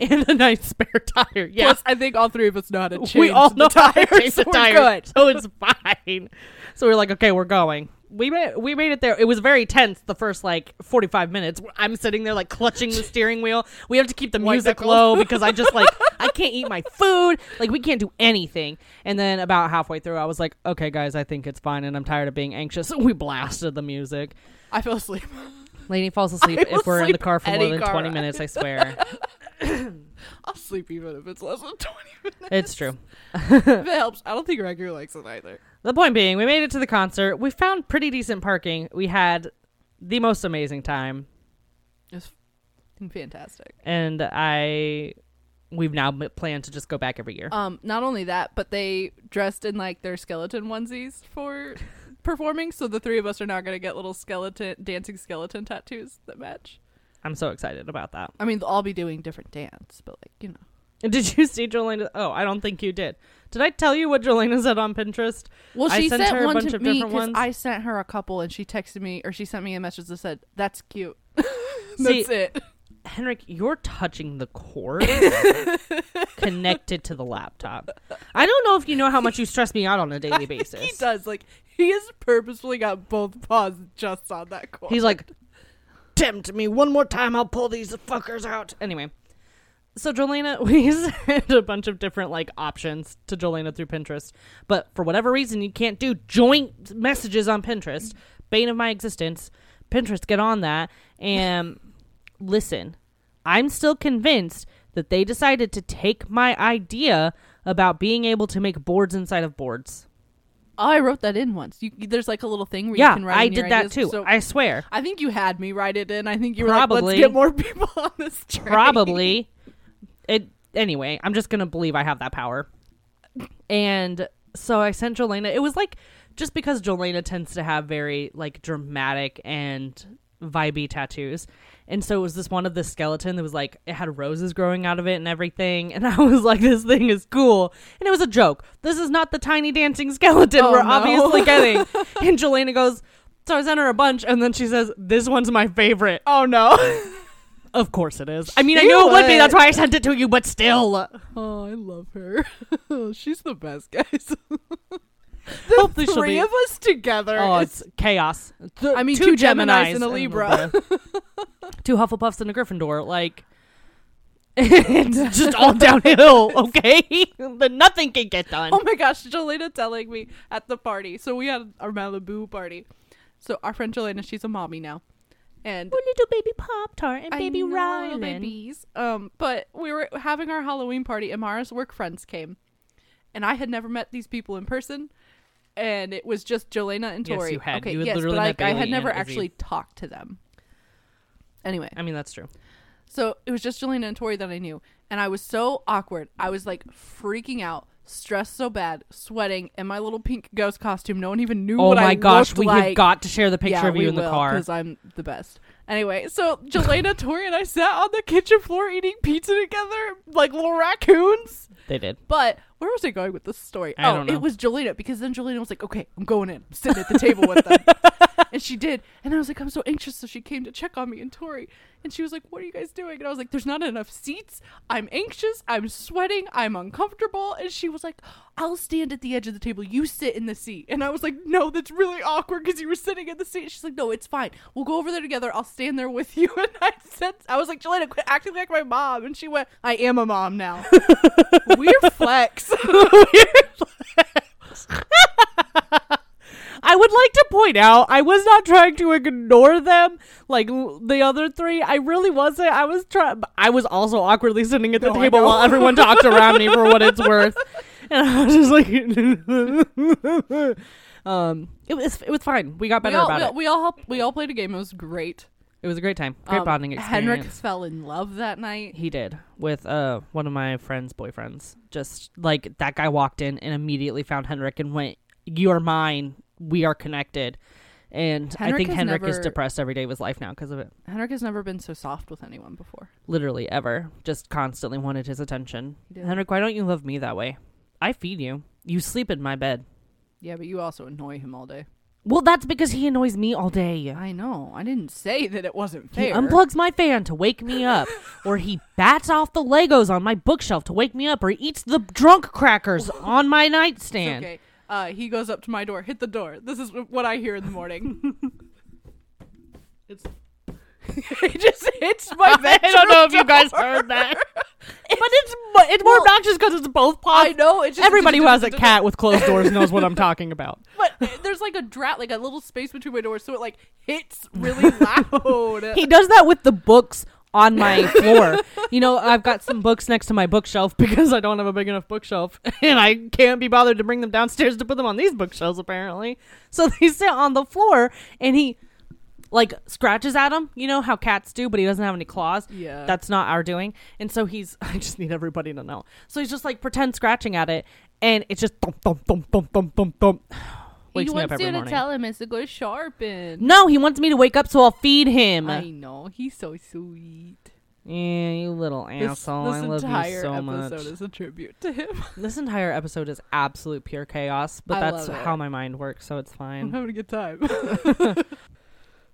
Speaker 1: and a nice spare tire. Yes.
Speaker 2: Plus, I think all three of us know how to change.
Speaker 1: we all
Speaker 2: the
Speaker 1: know how to
Speaker 2: tires,
Speaker 1: change the
Speaker 2: so we're
Speaker 1: tire,
Speaker 2: good.
Speaker 1: so it's fine. So we're like, okay, we're going. We made we made it there. It was very tense the first like forty five minutes. I'm sitting there like clutching the steering wheel. We have to keep the
Speaker 2: White
Speaker 1: music
Speaker 2: knuckle.
Speaker 1: low because I just like I can't eat my food. Like we can't do anything. And then about halfway through, I was like, okay, guys, I think it's fine, and I'm tired of being anxious. So we blasted the music.
Speaker 2: I fell asleep.
Speaker 1: Lainey falls asleep
Speaker 2: I will
Speaker 1: if we're in the
Speaker 2: sleep
Speaker 1: car for more
Speaker 2: any
Speaker 1: than
Speaker 2: car
Speaker 1: twenty
Speaker 2: ride.
Speaker 1: minutes. I swear,
Speaker 2: I'll sleep even if it's less than twenty minutes.
Speaker 1: it's true.
Speaker 2: If it helps. I don't think Ragu likes it either.
Speaker 1: The point being, we made it to the concert. We found pretty decent parking. We had the most amazing time,
Speaker 2: It's f***ing fantastic.
Speaker 1: and I we've now m- planned to just go back every year.
Speaker 2: Um, not only that, but they dressed in like their skeleton onesies for performing. So the three of us are now gonna get little skeleton dancing skeleton tattoos that match.
Speaker 1: I'm so excited about that.
Speaker 2: I mean, they'll all be doing different dance, but like you know,
Speaker 1: And Did you see Jolena? Oh, I don't think you did. Did I tell you what Jolena said on Pinterest?
Speaker 2: Well,
Speaker 1: I
Speaker 2: she
Speaker 1: sent
Speaker 2: sent
Speaker 1: her a
Speaker 2: one
Speaker 1: bunch
Speaker 2: to
Speaker 1: of
Speaker 2: me
Speaker 1: different
Speaker 2: because
Speaker 1: ones.
Speaker 2: I sent her a couple, and she texted me or she sent me a message that said, "That's cute."
Speaker 1: See-
Speaker 2: That's it.
Speaker 1: Henrik, you're touching the cord connected to the laptop. I don't know if you know how much you stress me out on a daily basis.
Speaker 2: He does like he has purposefully got both paws just on that cord.
Speaker 1: He's like, tempt me one more time, I'll pull these fuckers out. Anyway, so Jolena, we sent a bunch of different like options to Jolena through Pinterest, but for whatever reason, you can't do joint messages on Pinterest. Bane of my existence. Pinterest, get on that and listen. I'm still convinced that they decided to take my idea about being able to make boards inside of boards.
Speaker 2: "Oh, I wrote that in once. You, there's like a little thing where you
Speaker 1: Yeah,
Speaker 2: can write."
Speaker 1: I
Speaker 2: in your
Speaker 1: did that
Speaker 2: ideas,
Speaker 1: too.
Speaker 2: So I,
Speaker 1: I swear.
Speaker 2: think you had me write it in. I think you were
Speaker 1: Probably.
Speaker 2: like, "Let's get more people on this." Train.
Speaker 1: probably it anyway i'm just gonna believe i have that power and so i sent jolena it was like just because jolena tends to have very like dramatic and vibey tattoos and so it was this one of the skeleton that was like it had roses growing out of it and everything and i was like this thing is cool and it was a joke this is not the tiny dancing skeleton
Speaker 2: Oh,
Speaker 1: we're
Speaker 2: no.
Speaker 1: obviously getting and jolena goes so i sent her a bunch and then she says this one's my favorite
Speaker 2: Oh no!
Speaker 1: of course it is. I mean, I
Speaker 2: You
Speaker 1: knew it would be.
Speaker 2: would.
Speaker 1: That's why I sent it to you. But still,
Speaker 2: oh, I love her. She's the best, guys.
Speaker 1: hopefully she'll
Speaker 2: Three
Speaker 1: be.
Speaker 2: of us together.
Speaker 1: oh,
Speaker 2: is
Speaker 1: it's chaos.
Speaker 2: I mean, two Geminis and a Libra.
Speaker 1: two Hufflepuffs and a Gryffindor. Like, it's just all downhill, okay? then nothing can get done.
Speaker 2: Oh my gosh, Jelena telling me at the party. So we had our Malibu party. So our friend Jelena, she's a mommy now. And
Speaker 1: Oh, little baby Pop Tart and
Speaker 2: I
Speaker 1: baby
Speaker 2: know, little
Speaker 1: Rylan.
Speaker 2: babies. Um, but we were having our Halloween party, and Mara's work friends came, and I had never met these people in person, and it was just Jolena and
Speaker 1: Yes,
Speaker 2: Tori.
Speaker 1: you had.
Speaker 2: Okay,
Speaker 1: You had
Speaker 2: yes,
Speaker 1: literally
Speaker 2: but
Speaker 1: met
Speaker 2: like, I had
Speaker 1: Bailey
Speaker 2: never
Speaker 1: and Izzy.
Speaker 2: actually talked to them. Anyway,
Speaker 1: I mean, that's true.
Speaker 2: so it was just Jelena and Tori that I knew, and I was so awkward. I was like freaking out. Stressed so bad, sweating, in my little pink ghost costume. No one even knew
Speaker 1: Oh
Speaker 2: what I
Speaker 1: my gosh,
Speaker 2: looked
Speaker 1: we
Speaker 2: like
Speaker 1: have got to share the picture of
Speaker 2: we
Speaker 1: you in the
Speaker 2: will,
Speaker 1: car.
Speaker 2: I'm the best. Anyway, so Jelena, Tori, and I sat on the kitchen floor eating pizza together like little raccoons.
Speaker 1: They did.
Speaker 2: But where was I going with this story?
Speaker 1: I
Speaker 2: oh,
Speaker 1: don't know.
Speaker 2: it was Jelena because then Jelena was like, "Okay, I'm going in. I'm sitting at the table with them," and she did. And I was like, "I'm so anxious." So she came to check on me and Tori, and she was like, "What are you guys doing?" And I was like, "There's not enough seats. I'm anxious. I'm sweating. I'm uncomfortable." And she was like, "I'll stand at the edge of the table. You sit in the seat." And I was like, "No, that's really awkward because you were sitting in the seat." She's like, "No, it's fine. We'll go over there together. I'll stand there with you." And I said, "I was like, Jelena, quit acting like my mom." And she went, "I am a mom now." Weird flex.
Speaker 1: I would like to point out I was not trying to ignore them like l- the other three. I really wasn't. I was trying. I was also awkwardly sitting at the
Speaker 2: No, I
Speaker 1: table
Speaker 2: know.
Speaker 1: while everyone talked around me for what it's worth, and I was just like, um, it was it was fine. We got better
Speaker 2: we all,
Speaker 1: about
Speaker 2: we,
Speaker 1: it.
Speaker 2: all- we all helped, we all played a game. It was great.
Speaker 1: It was a great time. Great
Speaker 2: Um,
Speaker 1: bonding experience.
Speaker 2: Henrik fell in love that night.
Speaker 1: He did with uh one of my friend's boyfriends. Just like that guy walked in and immediately found Henrik and went, "You are mine. We are connected." And I
Speaker 2: Henrik
Speaker 1: think
Speaker 2: has
Speaker 1: Henrik is
Speaker 2: never-
Speaker 1: depressed every day of his life now because of it.
Speaker 2: Henrik has never been so soft with anyone before.
Speaker 1: Literally ever, just constantly wanted his attention.
Speaker 2: He did.
Speaker 1: Henrik, why don't you love me that way? I feed you. You sleep in my bed.
Speaker 2: Yeah, but you also annoy him all day.
Speaker 1: Well, that's because he annoys me all day.
Speaker 2: I know. I didn't say that it wasn't
Speaker 1: He
Speaker 2: fair.
Speaker 1: unplugs my fan to wake me up, or he bats off the Legos on my bookshelf to wake me up, or he eats the drunk crackers on my
Speaker 2: It's
Speaker 1: nightstand.
Speaker 2: okay. Uh, he goes up to my door. Hit the door. This is what I hear in the morning.
Speaker 1: It's-
Speaker 2: he just hits my bed.
Speaker 1: I don't know if you guys heard that, but it's mo- it's more
Speaker 2: Well,
Speaker 1: obnoxious because it's both
Speaker 2: I
Speaker 1: pods.
Speaker 2: know. It's just
Speaker 1: Everybody who has a cat with closed doors knows what I'm talking about.
Speaker 2: But there's like a drat, like a little space between my doors, so it like hits really loud.
Speaker 1: He does that with the books on my floor. You know, I've got some books next to my bookshelf because I don't have a big enough bookshelf, and I can't be bothered to bring them downstairs to put them on these bookshelves. Apparently, so they sit on the floor, and he like scratches at them. You know how cats do, but he doesn't have any claws.
Speaker 2: Yeah.
Speaker 1: that's not our doing. And so he's. I just need everybody to know. So he's just like pretend scratching at it, and it's just thump thump thump thump thump thump thump. Wakes
Speaker 2: he
Speaker 1: me
Speaker 2: wants
Speaker 1: up every
Speaker 2: you
Speaker 1: morning.
Speaker 2: to tell him it's to go sharpen.
Speaker 1: no, he wants me to wake up so I'll feed him.
Speaker 2: I know he's so sweet.
Speaker 1: Yeah, you little
Speaker 2: This,
Speaker 1: asshole.
Speaker 2: this
Speaker 1: I love
Speaker 2: entire
Speaker 1: you so much.
Speaker 2: episode is a tribute to him.
Speaker 1: this entire episode is absolute pure chaos, but
Speaker 2: I
Speaker 1: that's
Speaker 2: love it. Mm-hmm.
Speaker 1: how my mind works, so it's
Speaker 2: I'm
Speaker 1: fine.
Speaker 2: having a good time.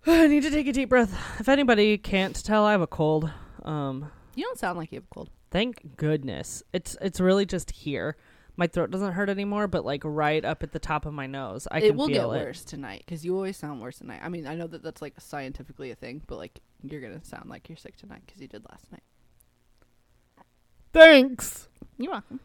Speaker 1: I need to take a deep breath. If anybody can't tell, I have a cold. Um,
Speaker 2: you don't sound like you have a cold.
Speaker 1: thank goodness. It's it's really just here. My throat doesn't hurt anymore, but like right up at the top of my nose, I
Speaker 2: it
Speaker 1: can
Speaker 2: will get
Speaker 1: feel it.
Speaker 2: worse tonight because you always sound worse tonight. I mean, I know that that's like scientifically a thing, but like you're gonna sound like you're sick tonight because you did last night.
Speaker 4: Thanks.
Speaker 2: You're welcome.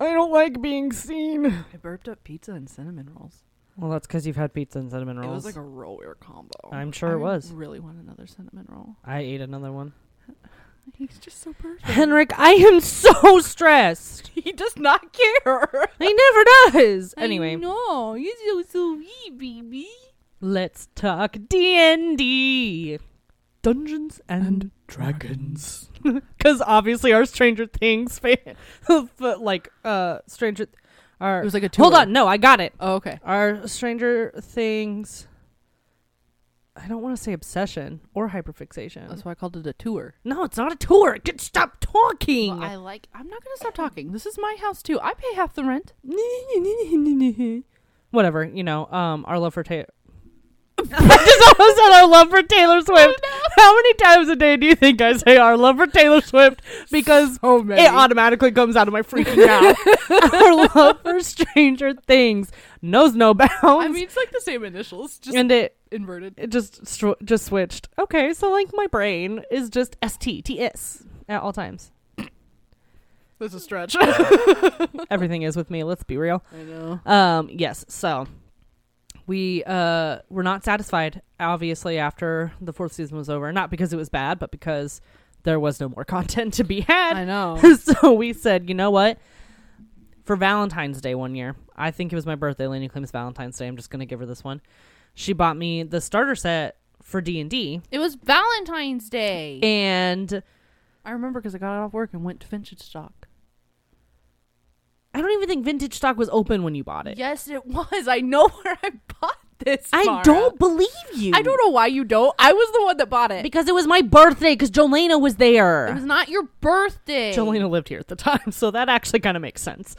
Speaker 4: I don't like being seen.
Speaker 2: I burped up pizza and cinnamon rolls.
Speaker 1: Well, that's because you've had pizza and cinnamon rolls.
Speaker 2: It was like a roller combo.
Speaker 1: I'm sure it
Speaker 2: I
Speaker 1: was.
Speaker 2: Really want another cinnamon roll.
Speaker 1: I ate another one.
Speaker 2: He's just so perfect.
Speaker 1: Henrik, I am so stressed.
Speaker 2: he does not care.
Speaker 1: He never does. Anyway.
Speaker 2: no, you're so sweet, baby.
Speaker 1: Let's talk D and D,
Speaker 4: Dungeons and Dragons.
Speaker 1: because obviously our Stranger Things fan, but like uh Stranger, our
Speaker 2: It was like a
Speaker 1: hold
Speaker 2: tour.
Speaker 1: on, no, I got it.
Speaker 2: Oh, okay.
Speaker 1: Our Stranger Things. I don't want to say obsession or hyperfixation.
Speaker 2: That's why I called it a tour.
Speaker 1: No, it's not a tour. Get stop talking.
Speaker 2: I like. I'm not gonna stop talking. This is my house too. I pay half the rent.
Speaker 1: Whatever you know. Um, our love for Taylor. I just almost said our love for Taylor
Speaker 2: Oh,
Speaker 1: Swift. How many times a day do you think I say our love for Taylor Swift? Because
Speaker 2: Oh
Speaker 1: it automatically comes out of my freaking mouth. Our love for Stranger Things knows no bounds,
Speaker 2: I mean, it's like the same initials, just
Speaker 1: and it
Speaker 2: inverted.
Speaker 1: it just stro- just switched. Okay, so like my brain is just S T T S at all times.
Speaker 2: That's a stretch.
Speaker 1: Everything is with me. Let's be real.
Speaker 2: I know.
Speaker 1: Um, yes. So we uh were not satisfied, obviously, after the fourth season was over. Not because it was bad, but because there was no more content to be
Speaker 2: I
Speaker 1: had.
Speaker 2: know.
Speaker 1: so we said, you know what? For Valentine's Day one year, I think it was my birthday. Lainey claims Valentine's Day. I'm just gonna give her this one. She bought me the starter set for D and D,
Speaker 2: It was Valentine's Day.
Speaker 1: and
Speaker 2: I remember because I got off work and went to vintage stock.
Speaker 1: I don't even think vintage stock was open when you bought it.
Speaker 2: Yes, it was. I know where I bought this.
Speaker 1: I
Speaker 2: Mara.
Speaker 1: don't believe you.
Speaker 2: I don't know why you don't. I was the one that bought it.
Speaker 1: because it was my birthday. Because Jolena was there.
Speaker 2: it was not your birthday.
Speaker 1: Jolena lived here at the time, so that actually kind of makes sense.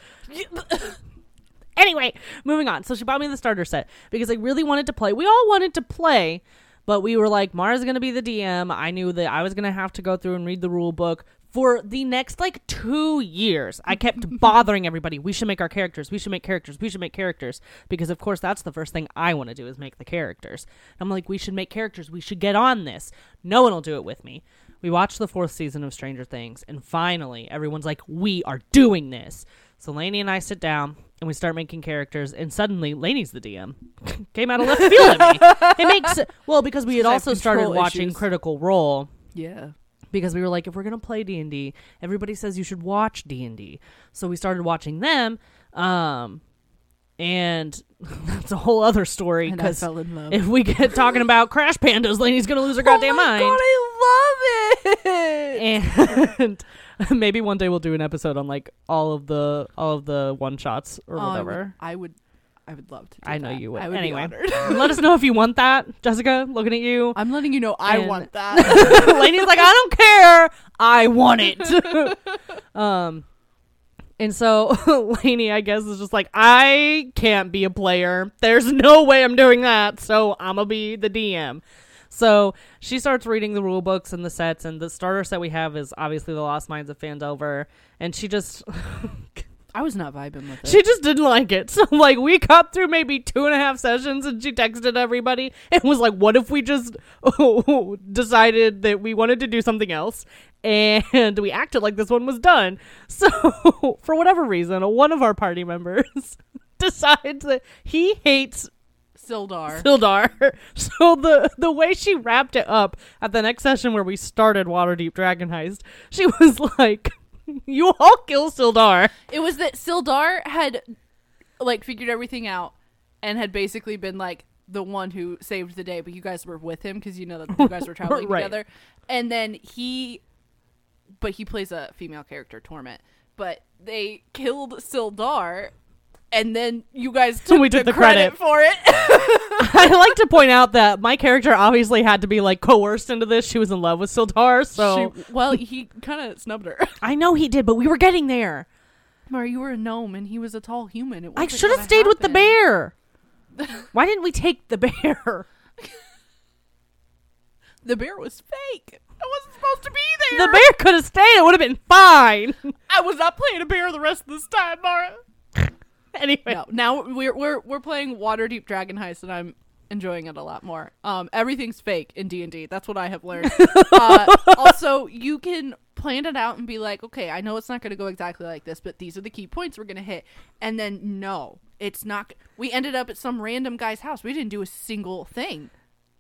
Speaker 1: anyway, moving on. So she bought me the starter set because I really wanted to play. We all wanted to play, but we were like, Mara's going to be the DM. I knew that I was going to have to go through and read the rule book. For the next like two years, I kept bothering everybody. We should make our characters. We should make characters. We should make characters. Because, of course, that's the first thing I want to do is make the characters. I'm like, we should make characters. We should get on this. No one will do it with me. We watched the fourth season of Stranger Things, and finally, everyone's like, we are doing this. So Lainey and I sit down and we start making characters, and suddenly Lainey's the DM. Came out of left field at me. It makes well because we had
Speaker 2: Because I have
Speaker 1: also started
Speaker 2: control
Speaker 1: watching
Speaker 2: issues.
Speaker 1: Critical Role
Speaker 2: Yeah.
Speaker 1: because we were like, if we're gonna play D and D, everybody says you should watch D and D. So we started watching them, um, and that's a whole other story
Speaker 2: And I
Speaker 1: because
Speaker 2: fell in love.
Speaker 1: if we get talking about Crash Pandas, Lainey's gonna lose her goddamn
Speaker 2: oh my
Speaker 1: mind.
Speaker 2: God, I love it.
Speaker 1: and maybe one day we'll do an episode on like all of the all of the one shots or
Speaker 2: Oh, I would-
Speaker 1: whatever.
Speaker 2: I would, I would love to. Do
Speaker 1: I know
Speaker 2: that.
Speaker 1: you would.
Speaker 2: I would
Speaker 1: Anyway.
Speaker 2: be honored.
Speaker 1: Let us know if you want that, Jessica. Looking at you,
Speaker 2: I'm letting you know I
Speaker 1: And-
Speaker 2: want that.
Speaker 1: Lainey's like, I don't care. I want it. um, and so Lainey, I guess, is just like, I can't be a player. There's no way I'm doing that. So I'm gonna be the DM. So she starts reading the rule books and the sets, and the starter set we have is obviously the Lost Minds of Fandelver, and she just
Speaker 2: I was not vibing with it.
Speaker 1: She just didn't like it. So like we got through maybe two and a half sessions and she texted everybody and was like, What if we just decided that we wanted to do something else? And we acted like this one was done. So for whatever reason, one of our party members decides that he hates
Speaker 2: Sildar.
Speaker 1: Sildar. So the the way she wrapped it up at the next session where we started Waterdeep Dragon Heist, she was like, You all kill Sildar.
Speaker 2: It was that Sildar had like figured everything out and had basically been like the one who saved the day, but you guys were with him because you know that you guys were traveling
Speaker 1: Right.
Speaker 2: together. And then he, but he plays a female character, Torment. But they killed Sildar, and then you guys took
Speaker 1: we
Speaker 2: the,
Speaker 1: took the credit.
Speaker 2: credit, for it.
Speaker 1: I like to point out that my character obviously had to be like coerced into this. She was in love with Sildar, so
Speaker 2: She- well, he kind of snubbed her.
Speaker 1: I know he did, but we were getting there.
Speaker 2: Mara, you were a gnome, and he was a tall human. It
Speaker 1: I
Speaker 2: wasn't
Speaker 1: should have
Speaker 2: gonna
Speaker 1: stayed with the
Speaker 2: happen.
Speaker 1: bear. Why didn't we take the bear?
Speaker 2: The bear was fake. I wasn't supposed to be there.
Speaker 1: The bear could have stayed. It would have been fine.
Speaker 2: I was not playing a bear the rest of this time, Mara.
Speaker 1: anyway,
Speaker 2: No, now we're we're we're playing Waterdeep Dragon Heist, and I'm enjoying it a lot more. Um, everything's fake in D and D. That's what I have learned. uh, also, you can plan it out and be like, okay, I know it's not going to go exactly like this, but these are the key points we're going to hit, and then no, it's not. g- We ended up at some random guy's house. We didn't do a single thing.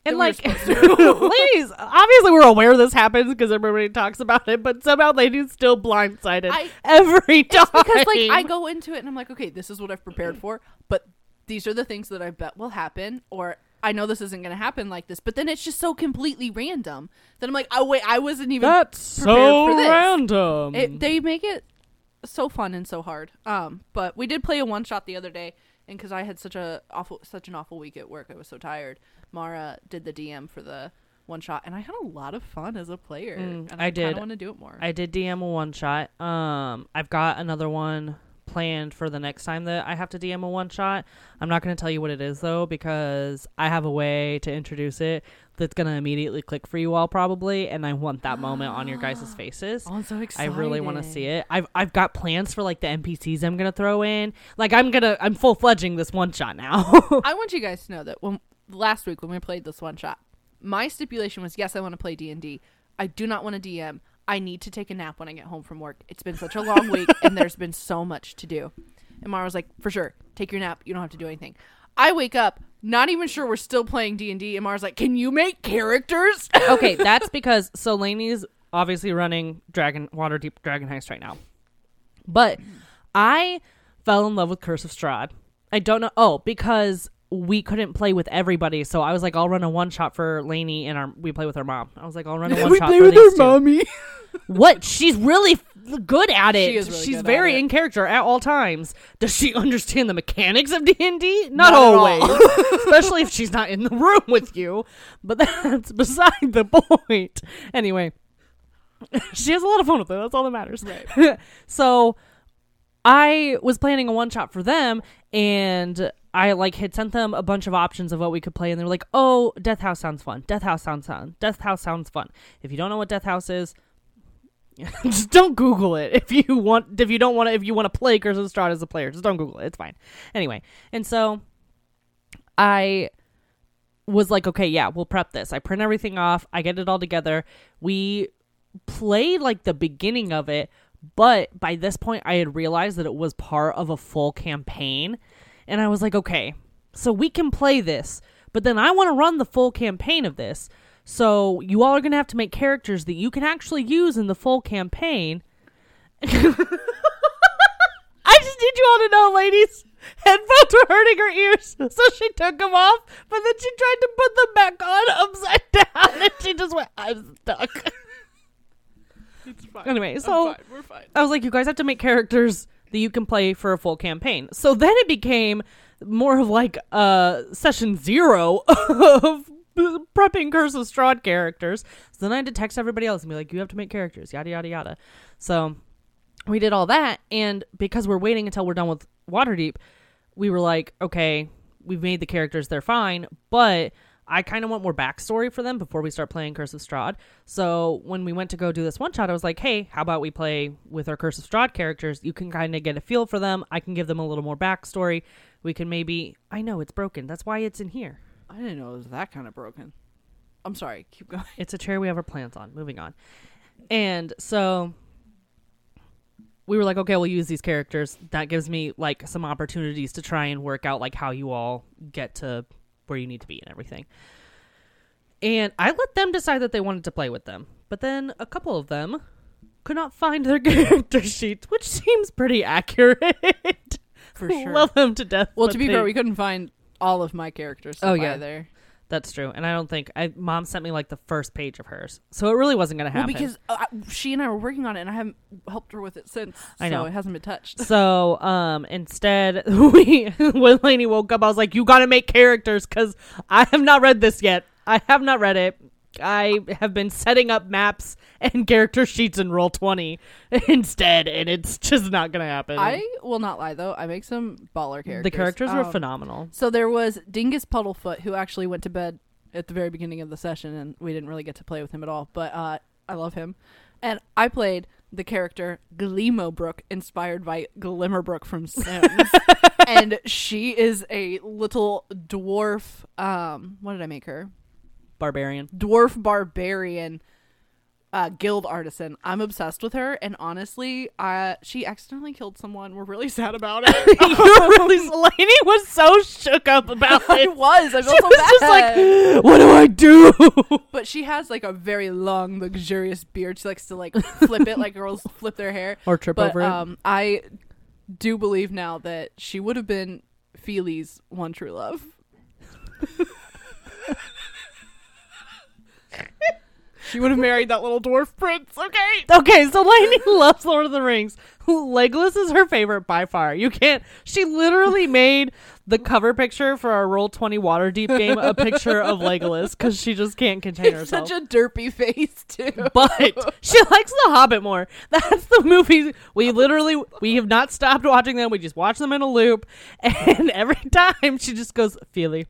Speaker 1: and
Speaker 2: we were
Speaker 1: like, ladies, obviously we're aware this happens because everybody talks about it, but somehow ladies still blindsided
Speaker 2: I-
Speaker 1: every time.
Speaker 2: because like I go into it and I'm like, okay, this is what I've prepared for, but these are the things that I bet will happen, or I know this isn't going to happen like this. But then it's just so completely random that I'm like, oh wait, I wasn't even.
Speaker 1: that's
Speaker 2: prepared
Speaker 1: so
Speaker 2: for this.
Speaker 1: random.
Speaker 2: It, they make it so fun and so hard. Um, but we did play a one shot the other day, and because I had such a awful, such an awful week at work, I was so tired. Mara did the DM for the one shot, and I had a lot of fun as a player.
Speaker 1: Mm,
Speaker 2: and
Speaker 1: I
Speaker 2: I,
Speaker 1: did.
Speaker 2: want to do it more.
Speaker 1: I did DM a one shot. Um, I've got another one planned for the next time that I have to DM a one shot. I'm not going to tell you what it is though because I have a way to introduce it that's going to immediately click for you all probably, and I want that moment on your guys' faces.
Speaker 2: oh, I'm so
Speaker 1: I
Speaker 2: excited.
Speaker 1: really want to see it. I've I've got plans for like the NPCs I'm gonna throw in. Like I'm gonna I'm full fledging this one shot now.
Speaker 2: I want you guys to know that when last week when we played this one shot, my stipulation was yes, I want to play D and D. I do not want to DM. I need to take a nap when I get home from work. It's been such a long week and there's been so much to do. And Mara was like, for sure, take your nap. You don't have to do anything. I wake up, not even sure we're still playing D and D, and Mara's like, Can you make characters?
Speaker 1: okay, that's because so Laney's obviously running Dragon Waterdeep Dragon Heist right now. But I fell in love with Curse of Strahd. I don't know. Oh, because we couldn't play with everybody, so I was like, I'll run a one shot for Laney, and our we play with her mom. I was like, I'll run a one shot for these two.
Speaker 4: mommy.
Speaker 1: What? She's really f- good at it.
Speaker 2: She is really
Speaker 1: She's
Speaker 2: good at
Speaker 1: very
Speaker 2: it.
Speaker 1: in character at all times. Does she understand the mechanics of D and D? Not
Speaker 2: Not at all.
Speaker 1: always, especially if she's not in the room with you. But that's beside the point. Anyway, she has a lot of fun with it. That's all that matters. so I was planning a one shot for them and I like had sent them a bunch of options of what we could play and they were like, "Oh, Death House sounds fun. Death House sounds fun. Death House sounds fun." If you don't know what Death House is, just don't Google it. If you want if you don't want to if you want to play Curse of Strahd as a player, just don't Google it. It's fine. Anyway, and so I was like, okay, yeah, we'll prep this. I print everything off. I get it all together. We played like the beginning of it, but by this point, I had realized that it was part of a full campaign. And I was like, okay, so we can play this, but then I want to run the full campaign of this. So you all are going to have to make characters that you can actually use in the full campaign. I just need you all to know, ladies. Headphones were hurting her ears, so she took them off, but then she tried to put them back on upside down, and she just went, I'm stuck.
Speaker 2: It's fine.
Speaker 1: Anyway,
Speaker 2: I'm
Speaker 1: so-
Speaker 2: fine. we're fine.
Speaker 1: I was like, you guys have to make characters that you can play for a full campaign. So then it became more of like uh, session zero of prepping Curse of Strahd characters. So then I had to text everybody else and be like, you have to make characters, yada, yada, yada. So we did all that. And because we're waiting until we're done with Waterdeep, we were like, okay, we've made the characters, they're fine, but I kind of want more backstory for them before we start playing Curse of Strahd. So when we went to go do this one shot, I was like, hey, how about we play with our Curse of Strahd characters? You can kind of get a feel for them. I can give them a little more backstory. We can maybe, I know it's broken. That's why it's in here.
Speaker 2: I didn't know it was that kind of broken. I'm sorry, keep going.
Speaker 1: It's a chair we have our plans on. Moving on. And so we were like, okay, we'll use these characters. That gives me like some opportunities to try and work out like how you all get to where you need to be and everything. And I let them decide that they wanted to play with them. But then a couple of them could not find their character sheets, which seems pretty accurate.
Speaker 2: For
Speaker 1: Love them to death.
Speaker 2: Well,
Speaker 1: but
Speaker 2: to be
Speaker 1: they-
Speaker 2: fair, we couldn't find all of my characters.
Speaker 1: Oh,
Speaker 2: Oh
Speaker 1: yeah.
Speaker 2: yeah, there.
Speaker 1: that's true. And I don't think I mom sent me like the first page of hers, so it really wasn't going to
Speaker 2: Well,
Speaker 1: happen.
Speaker 2: because uh, she and I were working on it, and I haven't helped her with it since.
Speaker 1: I know.
Speaker 2: so it hasn't been touched.
Speaker 1: So, um, instead, we when Lainey woke up, I was like, "You gotta make characters because I have not read this yet. I have not read it. I have been setting up maps and character sheets in Roll Twenty instead, and it's just not gonna happen."
Speaker 2: I will not lie though; I make some baller characters.
Speaker 1: the characters were
Speaker 2: Um,
Speaker 1: phenomenal.
Speaker 2: So there was Dingus Puddlefoot, who actually went to bed at the very beginning of the session, and we didn't really get to play with him at all. But uh, I love him, and I played the character Gleamobrook, inspired by Glimmerbrook from Sims, and she is a little dwarf. Um, what did I make her?
Speaker 1: Barbarian.
Speaker 2: dwarf barbarian uh, guild artisan. I'm obsessed with her, and honestly, uh, she accidentally killed someone. We're really sad about it.
Speaker 1: You're really Lainey was so shook up about
Speaker 2: I
Speaker 1: it.
Speaker 2: was. I felt
Speaker 1: She
Speaker 2: so
Speaker 1: was just
Speaker 2: bad.
Speaker 1: like, "What do I do?"
Speaker 2: but she has like a very long, luxurious beard. She likes to like flip it, like girls flip their hair.
Speaker 1: or trip
Speaker 2: But
Speaker 1: over it.
Speaker 2: um, I do believe now that she would have been Feely's one true love.
Speaker 1: She would have married that little dwarf prince, okay? Okay, so Lainey loves Lord of the Rings. Legolas is her favorite by far. You can't. She literally made the cover picture for our Roll 20 Waterdeep game a picture of Legolas because she just can't contain herself.
Speaker 2: Such a derpy face too.
Speaker 1: but she likes The Hobbit more. That's the movie we literally we have not stopped watching them. We just watch them in a loop, and every time she just goes, "Feely,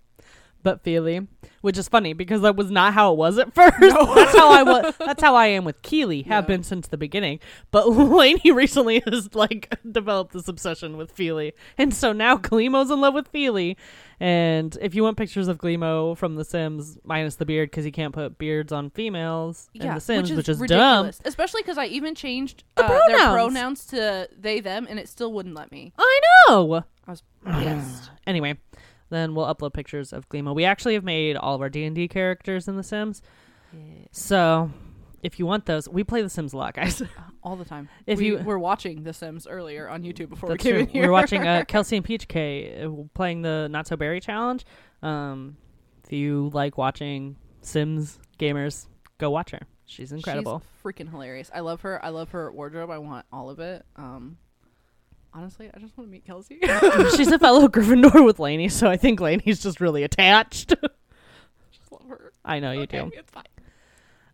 Speaker 1: but Feely, which is funny because that was not how it was at first. that's how I was. That's how I am with Keely. Have
Speaker 2: Yeah.
Speaker 1: been since the beginning. But Laney recently has like developed this obsession with Feely, and so now Gleemo's in love with Feely. And if you want pictures of Gleemo from The Sims, minus the beard because he can't put beards on females in The Sims, which is, dumb.
Speaker 2: ridiculous. Especially because I even changed
Speaker 1: The
Speaker 2: uh, their
Speaker 1: pronouns. Oh.
Speaker 2: pronouns to they them, and it still wouldn't let me.
Speaker 1: I know.
Speaker 2: I was pissed.
Speaker 1: Anyway, then we'll upload pictures of Gleemo. We actually have made all of our D and D characters in The Sims. So, if you want those, we play The Sims a lot, guys.
Speaker 2: Uh, all the time.
Speaker 1: If
Speaker 2: we
Speaker 1: you-
Speaker 2: were watching The Sims earlier on YouTube before
Speaker 1: That's
Speaker 2: we came
Speaker 1: true.
Speaker 2: in here.
Speaker 1: We're watching uh, Kelsey and Peach K uh, playing the Not So Berry Challenge. Um, if you like watching Sims gamers, go watch her. She's incredible.
Speaker 2: She's freaking hilarious. I love her. I love her wardrobe. I want all of it. Um, honestly, I just want to meet Kelsey.
Speaker 1: She's, a fellow Gryffindor with Lainey, so I think Lainey's just really attached.
Speaker 2: just love her.
Speaker 1: I know you
Speaker 2: okay,
Speaker 1: do.
Speaker 2: It's fine.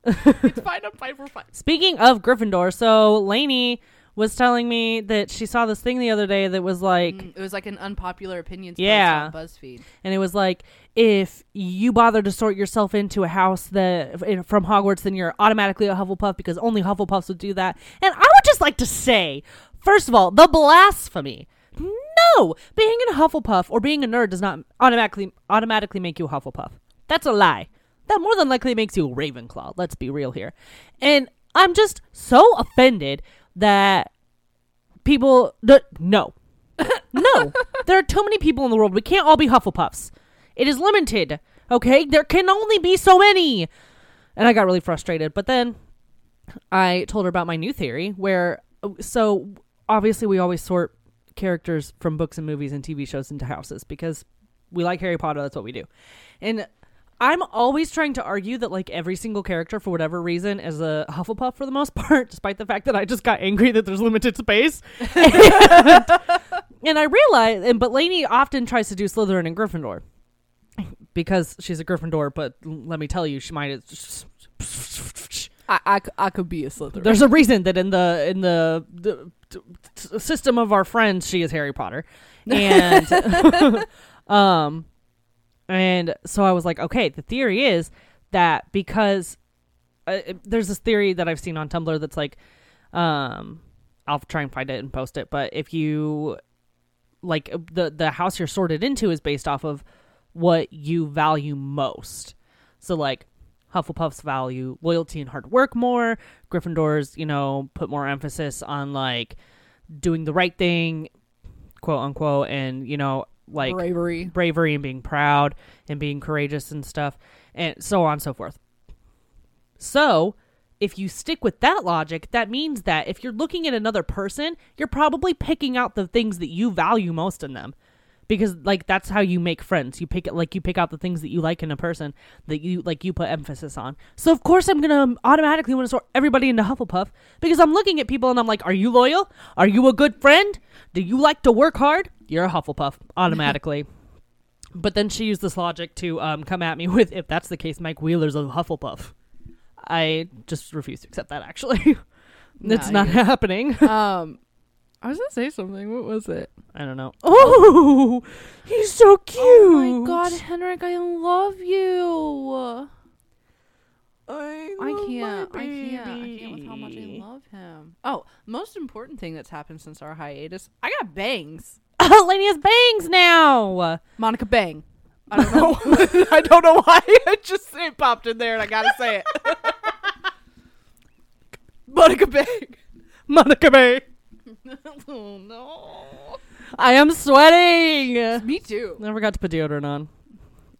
Speaker 2: it's fine. I'm fine. We're fine.
Speaker 1: Speaking of Gryffindor, so Lainey was telling me that she saw this thing the other day that was like
Speaker 2: Mm, it was like an unpopular opinions
Speaker 1: Yeah.
Speaker 2: post on BuzzFeed.
Speaker 1: and it was like if you bother to sort yourself into a house that in- from Hogwarts, then you're automatically a Hufflepuff because only Hufflepuffs would do that. And I would just like to say, first of all, the blasphemy. No, being a Hufflepuff or being a nerd does not automatically automatically make you a Hufflepuff. That's a lie. That more than likely makes you a Ravenclaw. Let's be real here. And I'm just so offended that people that no no, there are too many people in the world. We can't all be Hufflepuffs. It is limited. Okay, there can only be so many. And I got really frustrated. But then I told her about my new theory, where so obviously we always sort characters from books and movies and TV shows into houses because we like Harry Potter. That's what we do. And I'm always trying to argue that like every single character, for whatever reason, is a Hufflepuff for the most part, despite the fact that I just got angry that there's limited space. and I realize, and but Lainey often tries to do Slytherin and Gryffindor because she's a Gryffindor. But l- let me tell you, she might.
Speaker 2: I, I, c- I could be a Slytherin.
Speaker 1: There's a reason that in the in the, the, t- system of our friends, she is Harry Potter, and um, and so I was like, okay, the theory is that because uh, it- there's this theory that I've seen on Tumblr that's like, um, I'll try and find it and post it, but if you like uh, the the house you're sorted into is based off of what you value most. So like Hufflepuffs value loyalty and hard work more. Gryffindors, you know, put more emphasis on like doing the right thing, quote unquote, and you know, like
Speaker 2: bravery.
Speaker 1: bravery and being proud and being courageous and stuff and so on and so forth. So, if you stick with that logic, that means that if you're looking at another person, you're probably picking out the things that you value most in them. Because like that's how you make friends. You pick like you pick out the things that you like in a person that you like you put emphasis on. So of course I'm gonna automatically want to sort everybody into Hufflepuff because I'm looking at people and I'm like, are you loyal? Are you a good friend? Do you like to work hard? You're a Hufflepuff automatically. But then she used this logic to um, come at me with, if that's the case, Mike Wheeler's a Hufflepuff. I just refuse to accept that. Actually, it's
Speaker 2: Nah,
Speaker 1: not happening.
Speaker 2: you- um, I was gonna say something. What was it?
Speaker 1: I don't know. Oh, he's so cute.
Speaker 2: Oh my god, Henrik, I love you.
Speaker 1: Oh,
Speaker 4: I,
Speaker 2: I
Speaker 4: love my
Speaker 2: can't. I can't. I can't with how much I
Speaker 4: baby.
Speaker 2: love him. Oh, most important thing that's happened since our hiatus, I got bangs.
Speaker 1: Lainey has bangs now.
Speaker 2: Monica Bang. I don't know.
Speaker 4: I don't know why. It just it popped in there, and I gotta say it.
Speaker 2: Monica Bang.
Speaker 1: Monica Bay.
Speaker 2: oh no.
Speaker 1: I am sweating.
Speaker 2: Me too.
Speaker 1: Never got to put deodorant on.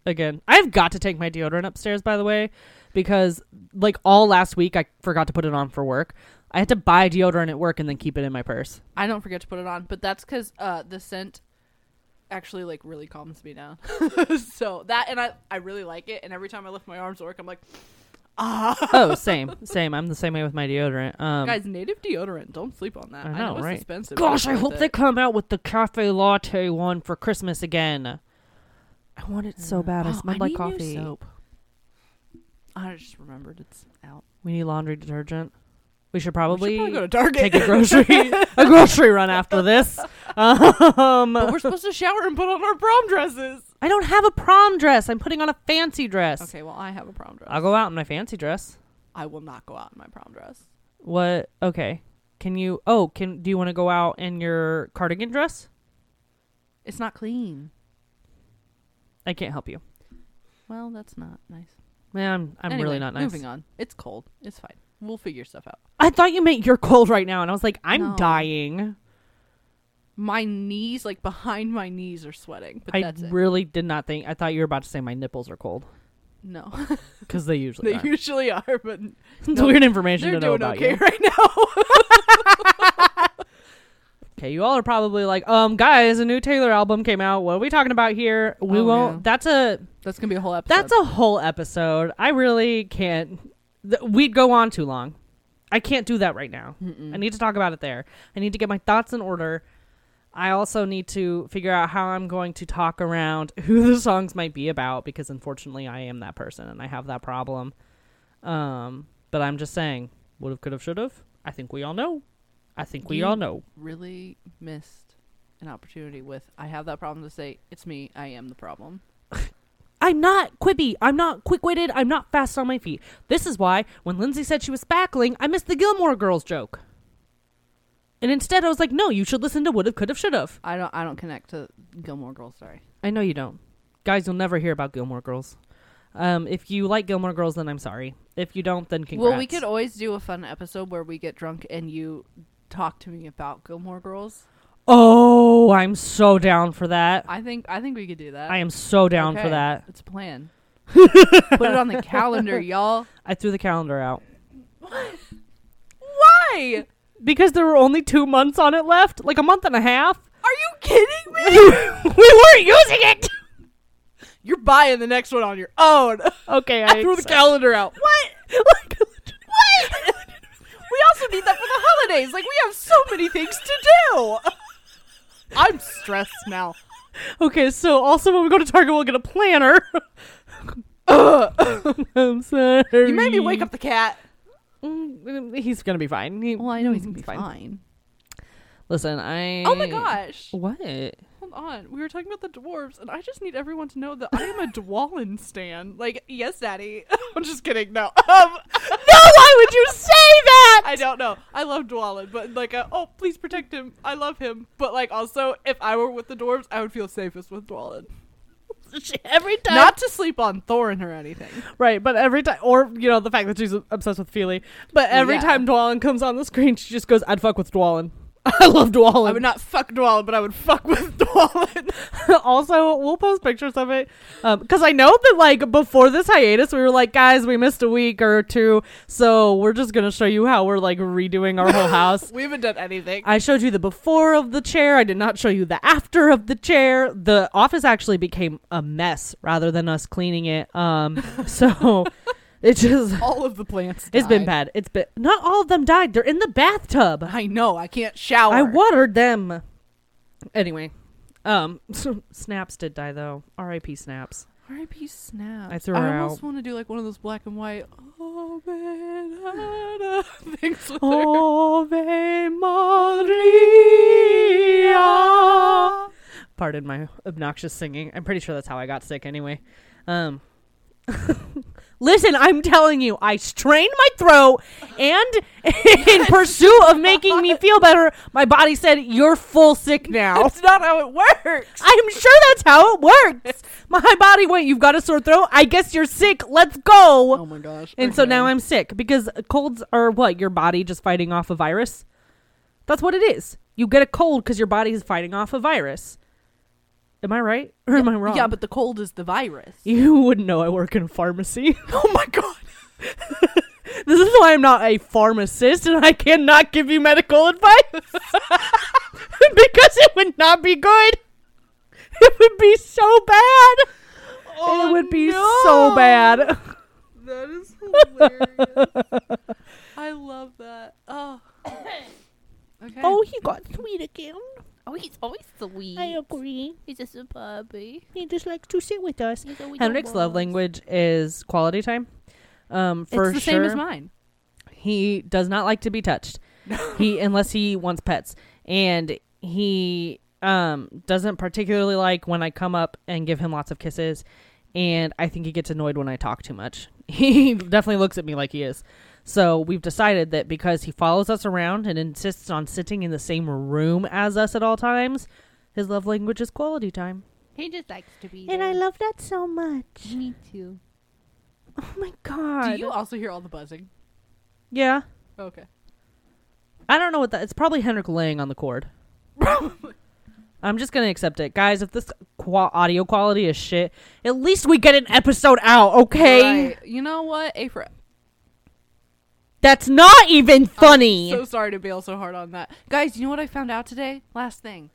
Speaker 1: Again, I've got to take my deodorant upstairs, by the way, because like all last week I forgot to put it on for work. I had to buy deodorant at work and then keep it in my purse.
Speaker 2: I don't forget to put it on, but that's because uh, the scent actually like really calms me down. so that and I I really like it. And every time I lift my arms to work, I'm like, "Ah."
Speaker 1: oh, same, same. I'm the same way with my deodorant. Um,
Speaker 2: guys, native deodorant. Don't sleep on that.
Speaker 1: I
Speaker 2: I know,
Speaker 1: know,
Speaker 2: it's
Speaker 1: right?
Speaker 2: expensive. but
Speaker 1: gosh,
Speaker 2: it's
Speaker 1: I
Speaker 2: worth
Speaker 1: hope
Speaker 2: it.
Speaker 1: they come out with the cafe latte one for Christmas again. I want it so bad. I
Speaker 2: Oh,
Speaker 1: smell
Speaker 2: I
Speaker 1: like
Speaker 2: need new
Speaker 1: coffee.
Speaker 2: soap. I just remembered it's out.
Speaker 1: We need laundry detergent. We should
Speaker 2: We
Speaker 1: probably,
Speaker 2: should probably go to Target.
Speaker 1: take a grocery a grocery run after this. Um,
Speaker 2: but we're supposed to shower and put on our prom dresses.
Speaker 1: I don't have a prom dress. I'm putting on a fancy dress.
Speaker 2: Okay, well, I have a prom dress.
Speaker 1: I'll go out in my fancy dress.
Speaker 2: I will not go out in my prom dress.
Speaker 1: What? Okay. Can you? Oh, can do you want to go out in your cardigan dress?
Speaker 2: It's not clean.
Speaker 1: I can't help you.
Speaker 2: Well, that's not nice.
Speaker 1: Man, I'm I'm
Speaker 2: Anyway,
Speaker 1: really not nice.
Speaker 2: Moving on. It's cold. It's fine. We'll figure stuff out.
Speaker 1: I thought you meant you're cold right now, and I was like, I'm
Speaker 2: No.
Speaker 1: dying.
Speaker 2: My knees, like behind my knees, are sweating. But
Speaker 1: I
Speaker 2: that's it.
Speaker 1: really did not think. I thought you were about to say my nipples are cold
Speaker 2: no,
Speaker 1: because they usually
Speaker 2: they
Speaker 1: are.
Speaker 2: usually are, but
Speaker 1: it's weird information
Speaker 2: they're
Speaker 1: to know
Speaker 2: doing
Speaker 1: about
Speaker 2: okay
Speaker 1: you.
Speaker 2: right now.
Speaker 1: Okay, you all are probably like, um, guys, a new Taylor album came out. What are we talking about here? We
Speaker 2: Oh,
Speaker 1: won't.
Speaker 2: yeah.
Speaker 1: That's a
Speaker 2: that's gonna be a whole episode.
Speaker 1: that's a whole episode. I really can't. Th- we'd go on too long. I can't do that right now. I need to talk about it there. I need to get my thoughts in order. I also need to figure out how I'm going to talk around who the songs might be about because unfortunately I am that person and I have that problem. Um, but I'm just saying, would have, could have, should have. I think we all know. I think we
Speaker 2: You-
Speaker 1: all know.
Speaker 2: really missed an opportunity with. I have that problem to say. It's me. I am the problem.
Speaker 1: I'm not quippy. I'm not quick witted. I'm not fast on my feet. This is why when Lindsay said she was spackling, I missed the Gilmore Girls joke. And instead, I was like, no, you should listen to would have, could have, should have.
Speaker 2: I don't. I don't connect to Gilmore Girls. Sorry.
Speaker 1: I know you don't. Guys, you'll never hear about Gilmore Girls. Um, if you like Gilmore Girls, then I'm sorry. If you don't, then congrats.
Speaker 2: Well, we could always do a fun episode where we get drunk and you talk to me about Gilmore Girls.
Speaker 1: Oh, I'm so down for that.
Speaker 2: I think. I think we could do that.
Speaker 1: I am so down for
Speaker 2: Okay,
Speaker 1: that.
Speaker 2: It's a plan. Put it on the calendar, y'all.
Speaker 1: I threw the calendar out
Speaker 2: Why?
Speaker 1: because there were only two months on it left, like a month and a half.
Speaker 2: Are you kidding me?
Speaker 1: we weren't using it.
Speaker 2: You're buying the next one on your own.
Speaker 1: Okay,
Speaker 2: I threw the calendar out.
Speaker 1: What?
Speaker 2: What? we also need that for the holidays. Like we have so many things to do.
Speaker 4: I'm stressed now.
Speaker 1: okay, so also when we go to Target, we'll get a planner. Uh, I'm sorry.
Speaker 4: You made me wake up the cat.
Speaker 1: Mm, He's gonna be fine. He- mm,
Speaker 2: Well, I know he's gonna be
Speaker 1: he's
Speaker 2: fine.
Speaker 1: Listen, I.
Speaker 2: Oh my gosh!
Speaker 1: What?
Speaker 2: Hold on, we were talking about the dwarves, and I just need everyone to know that I am a Dwalin stan. Like, yes, Daddy.
Speaker 4: I'm just kidding. No. Um,
Speaker 1: No, why would you say that?
Speaker 2: I don't know. I love Dwalin, but like, a, oh, please protect him. I love him, but like, also, if I were with the dwarves, I would feel safest with Dwalin.
Speaker 1: every time.
Speaker 2: Not to sleep on Thorin or anything.
Speaker 1: right, but every time, or you know, the fact that she's obsessed with Feely. But every
Speaker 2: Yeah.
Speaker 1: time Dwalin comes on the screen, she just goes, "I'd fuck with Dwalin. I love Dwalin."
Speaker 2: I would not fuck Dwalin, but I would fuck with Dwalin.
Speaker 1: also, we'll post pictures of it because I know that like before this hiatus, we were like, guys, we missed a week or two, so we're just gonna show you how we're like redoing our whole house.
Speaker 2: we haven't done anything.
Speaker 1: I showed you the before of the chair. I did not show you the after of the chair. The office actually became a mess rather than us cleaning it. Um, so it just
Speaker 2: All of the plants.
Speaker 1: it's been
Speaker 2: died.
Speaker 1: bad. It's been not all of them died. They're in the bathtub.
Speaker 2: I know. I can't shower.
Speaker 1: I watered them. Anyway, um, Snaps did die though. R.I.P. Snaps.
Speaker 2: R.I.P. Snap.
Speaker 1: I threw
Speaker 2: I
Speaker 1: her
Speaker 2: almost
Speaker 1: out.
Speaker 2: want to do like one of those black and white. Oh man, I know," things with
Speaker 1: Oh,
Speaker 2: her.
Speaker 1: Ave Maria. Pardon my obnoxious singing. I'm pretty sure that's how I got sick anyway. Um Listen, I'm telling you, I strained my throat and in pursuit of making me feel better, my body said, "You're full sick now."
Speaker 2: That's not how it works.
Speaker 1: I'm sure that's how it works. My body went, "You've got a sore throat. I guess you're sick. Let's go."
Speaker 2: Oh my gosh.
Speaker 1: And so now I'm sick because colds are what? Your body just fighting off a virus? That's what it is. You get a cold because your body is fighting off a virus. Am I right? Or am I wrong?
Speaker 2: Yeah, but the cold is the virus.
Speaker 1: you wouldn't know I work in a pharmacy.
Speaker 2: Oh my god.
Speaker 1: this is why I'm not a pharmacist and I cannot give you medical advice because it would not be good. It would be so bad. it would be so
Speaker 2: Oh, no.
Speaker 1: bad.
Speaker 2: That is hilarious. I love that. Oh. Okay.
Speaker 1: Oh, he got sweet again.
Speaker 3: Oh, he's always sweet.
Speaker 1: I agree.
Speaker 3: He's just a puppy.
Speaker 1: He just likes to sit with us.
Speaker 3: He's a wee
Speaker 1: Henrik's love
Speaker 3: dog.
Speaker 1: language is quality time. Um, for
Speaker 2: it's the
Speaker 1: sure,
Speaker 2: same as mine.
Speaker 1: he does not like to be touched. he unless he wants pets, and he Um, doesn't particularly like when I come up and give him lots of kisses, and I think he gets annoyed when I talk too much. He definitely looks at me like he is. So we've decided that because he follows us around and insists on sitting in the same room as us at all times, his love language is quality time.
Speaker 3: He just likes to be.
Speaker 1: And I
Speaker 3: there.
Speaker 1: love that so much.
Speaker 3: Me too.
Speaker 1: Oh my god.
Speaker 2: Do you also hear all the buzzing?
Speaker 1: Yeah.
Speaker 2: Okay.
Speaker 1: I don't know what that. It's probably Henrik laying on the cord.
Speaker 2: Probably.
Speaker 1: I'm just gonna accept it, guys. If this qua audio quality is shit, at least we get an episode out, okay?
Speaker 2: Right. You know what, April?
Speaker 1: That's not even funny.
Speaker 2: So sorry to bail so hard on that, guys. You know what I found out today? Last thing,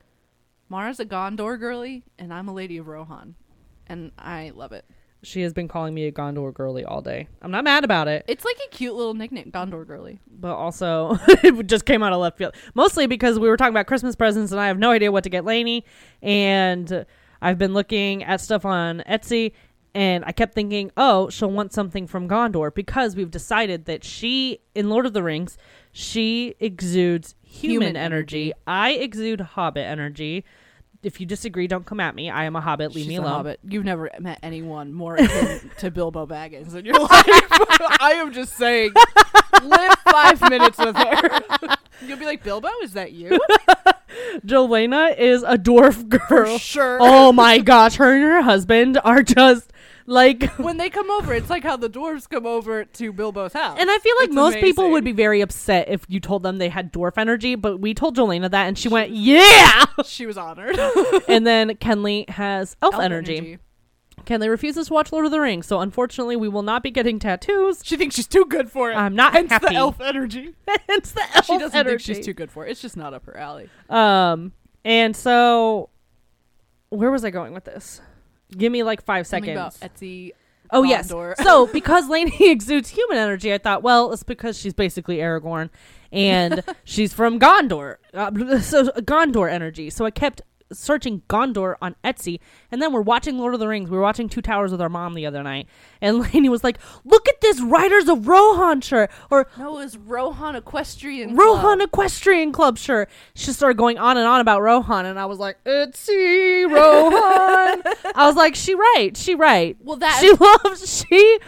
Speaker 2: Mara's a Gondor girly, and I'm a lady of Rohan, and I love it.
Speaker 1: she has been calling me a Gondor girly all day. I'm not mad about it,
Speaker 2: It's like a cute little nickname, Gondor girly.
Speaker 1: but also it just came out of left field. Mostly because we were talking about Christmas presents, and I have no idea what to get Lainey. And I've been looking at stuff on Etsy, and I kept thinking, oh, she'll want something from Gondor because we've decided that she in Lord of the Rings, she exudes human,
Speaker 2: Human
Speaker 1: energy. I exude Hobbit energy. If you disagree, don't come at me. I am a Hobbit. Leave
Speaker 2: She's
Speaker 1: me
Speaker 2: a
Speaker 1: alone.
Speaker 2: hobbit. You've never met anyone more akin to Bilbo Baggins in your life. I am just saying, live five minutes with her. You'll be like, Bilbo, is that you?
Speaker 1: Jelena is a dwarf girl.
Speaker 4: sure.
Speaker 1: oh my gosh, her and her husband are just like
Speaker 2: when they come over, it's like how the dwarves come over to Bilbo's house.
Speaker 1: and I feel like
Speaker 2: It's
Speaker 1: most people
Speaker 2: amazing.
Speaker 1: would be very upset if you told them they had dwarf energy, but we told Jelena that and she went, "Yeah."
Speaker 2: she was honored.
Speaker 1: and then Kenley has elf,
Speaker 2: Elf
Speaker 1: energy. Kenley refuses to watch Lord of the Rings, so unfortunately we will not be getting tattoos.
Speaker 4: She thinks she's too good for it.
Speaker 1: I'm not
Speaker 4: Hence
Speaker 1: happy.
Speaker 4: the elf energy.
Speaker 1: it's the elf
Speaker 2: She doesn't
Speaker 1: energy.
Speaker 2: think she's too good for it. It's just not up her alley.
Speaker 1: Um, and so where was I going with this? Give me like 5
Speaker 2: Something
Speaker 1: seconds.
Speaker 2: about Etsy.
Speaker 1: Oh yes.
Speaker 2: Gondor.
Speaker 1: So because Lainey exudes human energy, I thought, well, it's because she's basically Aragorn, and she's from Gondor, uh, so Gondor energy. So I kept searching Gondor on Etsy, and then we're watching Lord of the Rings. We were watching Two Towers with our mom the other night, and Lainey was like, "Look at this Riders of Rohan shirt," or
Speaker 2: No, it's Rohan Equestrian.
Speaker 1: Rohan Equestrian Club shirt. She started going on and on about Rohan, and I was like, Etsy Rohan. I was like, she right, she right.
Speaker 2: Well, that
Speaker 1: she loves she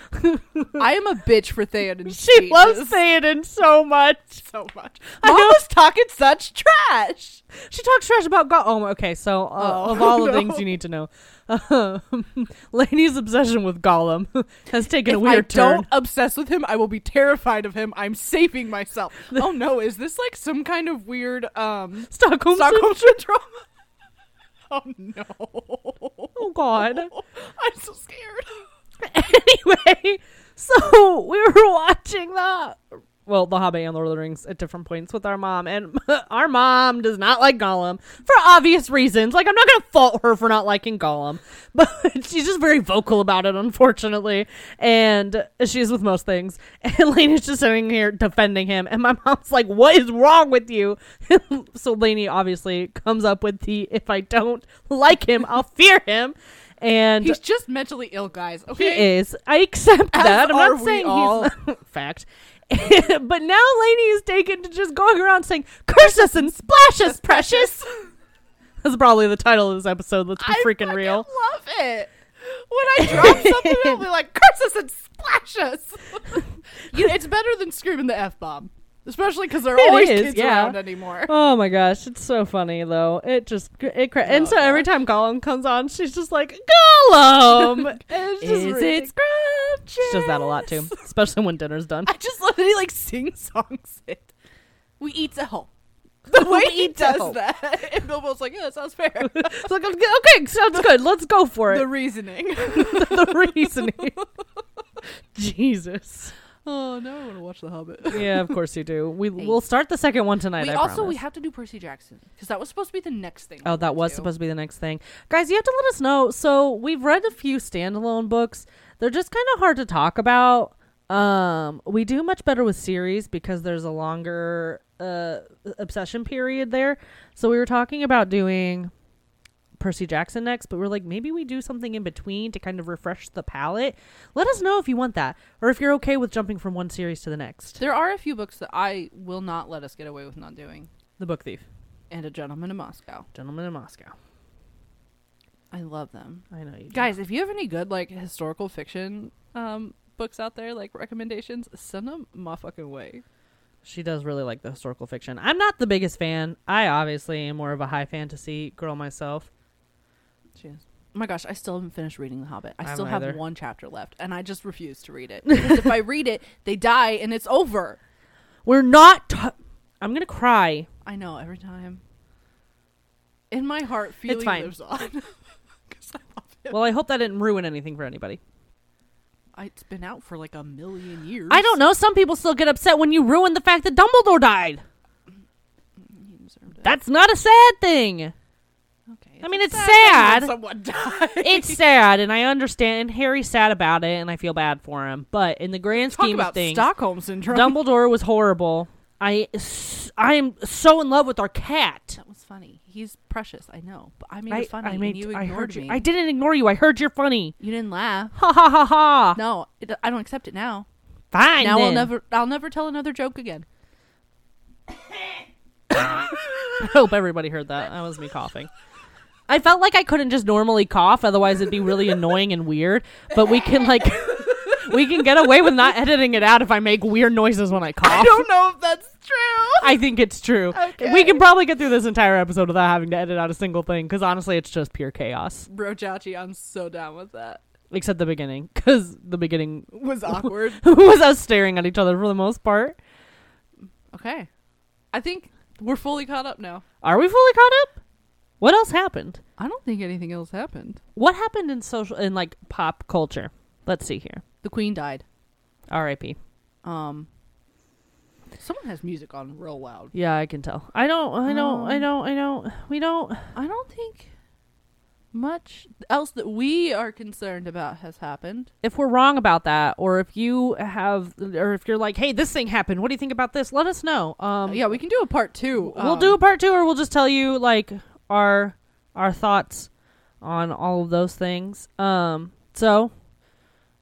Speaker 2: I am a bitch for Theoden.
Speaker 1: she
Speaker 2: Jesus.
Speaker 1: loves Theoden so much.
Speaker 4: So much.
Speaker 1: I know
Speaker 4: Mama's talking such trash.
Speaker 1: she talks trash about God. Oh, okay. So uh,
Speaker 4: Oh,
Speaker 1: of all the
Speaker 4: no.
Speaker 1: things you need to know, um, Lainey's obsession with Gollum has taken a
Speaker 2: If
Speaker 1: weird
Speaker 2: I
Speaker 1: turn.
Speaker 2: don't obsess with him, I will be terrified of him. I'm saving myself. oh no, is this like some kind of weird um
Speaker 1: Stockholm.
Speaker 2: Stockholm syndrome?
Speaker 4: Oh no.
Speaker 1: oh God.
Speaker 4: I'm so scared.
Speaker 1: anyway, so we were watching the well, The Hobbit and Lord of the Rings at different points with our mom, and our mom does not like Gollum for obvious reasons. Like I'm not gonna fault her for not liking Gollum, but she's just very vocal about it, unfortunately. And she's with most things. And Lainey's just sitting here defending him, and my mom's like, "What is wrong with you?" so Lainey obviously comes up with the "If I don't like him, I'll fear him." And
Speaker 2: He's just mentally ill, guys.
Speaker 1: he
Speaker 2: Okay.
Speaker 1: is. I accept
Speaker 2: As
Speaker 1: that. I'm
Speaker 2: are
Speaker 1: not
Speaker 2: we
Speaker 1: saying
Speaker 2: all.
Speaker 1: he's fact. but now Lainey is taken to just going around saying, Curse us and splash us, precious. That's probably the title of this episode. Let's be
Speaker 4: I
Speaker 1: freaking
Speaker 4: fucking
Speaker 1: real.
Speaker 4: love it. When I drop something, I'll be like, curse us and splash us.
Speaker 2: You- it's better than screaming the f bomb, especially because there are
Speaker 1: It
Speaker 2: always
Speaker 1: is,
Speaker 2: kids
Speaker 1: yeah.
Speaker 2: around anymore.
Speaker 1: Oh my gosh, it's so funny though. It just it cra- and
Speaker 2: Oh,
Speaker 1: so every time Gollum comes on, she's just like
Speaker 2: Um,
Speaker 1: Gollum. it's just
Speaker 2: Is
Speaker 1: really-
Speaker 2: it scrumptious?
Speaker 1: she does that a lot too, especially when dinner's done.
Speaker 2: I just love that he like sing songs it. We eat a hole.
Speaker 1: The
Speaker 2: The way he does that, and Bilbo's like, "Yeah, that sounds fair."
Speaker 1: It's like okay, sounds good. Let's go for it.
Speaker 2: the reasoning.
Speaker 1: the reasoning. Jesus.
Speaker 2: Oh no, I want to watch The Hobbit.
Speaker 1: Yeah, of course you do. We we'll start the second one tonight.
Speaker 2: we
Speaker 1: I
Speaker 2: also we
Speaker 1: promise.
Speaker 2: have to do Percy Jackson because that was supposed to be the next thing.
Speaker 1: Oh, that was supposed to be the next thing, guys. You have to let us know. So we've read a few standalone books. They're just kind of hard to talk about. Um, we do much better with series because there's a longer uh obsession period there. So we were talking about doing Percy Jackson next, but we're like, maybe we do something in between to kind of refresh the palette. Let us know if you want that or if you're okay with jumping from one series to the next.
Speaker 2: There are a few books that I will not let us get away with not doing.
Speaker 1: The Book Thief.
Speaker 2: and a gentleman in Moscow.
Speaker 1: Gentleman in Moscow.
Speaker 2: I love them.
Speaker 1: I know you do.
Speaker 2: Guys, if you have any good like historical fiction um books out there, like recommendations, send them my fucking way.
Speaker 1: She does really like the historical fiction. I'm not the biggest fan. I obviously am more of a high fantasy girl myself.
Speaker 2: She is. Oh my gosh, I still haven't finished reading The Hobbit. I
Speaker 1: I'm
Speaker 2: still
Speaker 1: either.
Speaker 2: have one chapter left, and I just refuse to read it. Because if I read it, they die and it's over.
Speaker 1: We're not. i I'm gonna cry.
Speaker 2: I know every time. In my heart, feeling
Speaker 1: fine.
Speaker 2: lives on. 'Cause I love it.
Speaker 1: Well, I hope that didn't ruin anything for anybody.
Speaker 2: I- it's been out for like a million years.
Speaker 1: I don't know. Some people still get upset when you ruin the fact that Dumbledore died.
Speaker 2: You deserved it.
Speaker 1: That's not a sad thing.
Speaker 2: okay.
Speaker 1: I mean, it's
Speaker 2: sad
Speaker 1: sad.
Speaker 2: thing when Someone died.
Speaker 1: It's sad, and I understand. And Harry's sad about it, and I feel bad for him. But in the grand
Speaker 2: Talk
Speaker 1: scheme
Speaker 2: about
Speaker 1: of things,
Speaker 2: Stockholm syndrome.
Speaker 1: Dumbledore was horrible. I s- I am so in love with our cat.
Speaker 2: that was funny. He's precious. I know, but I made
Speaker 1: I,
Speaker 2: it funny,
Speaker 1: I made-
Speaker 2: and you
Speaker 1: I
Speaker 2: ignored
Speaker 1: heard
Speaker 2: me.
Speaker 1: you. I didn't ignore you. I heard you're funny.
Speaker 2: You didn't laugh.
Speaker 1: Ha ha ha ha.
Speaker 2: No, it, I don't accept it now.
Speaker 1: Fine.
Speaker 2: now I'll
Speaker 1: then.
Speaker 2: never. I'll never tell another joke again.
Speaker 1: I hope everybody heard that. That was me coughing. I felt like I couldn't just normally cough, otherwise it'd be really annoying and weird. But we can like, we can get away with not editing it out if I make weird noises when I cough.
Speaker 4: I don't know if that's true.
Speaker 1: I think it's true.
Speaker 4: Okay.
Speaker 1: We can probably get through this entire episode without having to edit out a single thing because honestly, it's just pure chaos.
Speaker 2: Brojachi, I'm so down with that.
Speaker 1: Except the beginning, because the beginning
Speaker 2: Was awkward.
Speaker 1: was us staring at each other for the most part.
Speaker 2: okay, I think we're fully caught up now.
Speaker 1: Are we fully caught up? What else happened?
Speaker 2: I don't think anything else happened.
Speaker 1: What happened in social in like pop culture? Let's see here.
Speaker 2: The queen died.
Speaker 1: R.I.P.
Speaker 2: Um, someone has music on real loud.
Speaker 1: Yeah, I can tell. I don't. I don't. I
Speaker 2: Um,
Speaker 1: don't. I don't. We don't.
Speaker 2: I don't think much else that we are concerned about has happened.
Speaker 1: If we're wrong about that, or if you have, or if you're like, hey, this thing happened. What do you think about this? Let us know. Um,
Speaker 2: yeah, we can do a part two. Um,
Speaker 1: we'll do a part two, or we'll just tell you like our our thoughts on all of those things. Um, so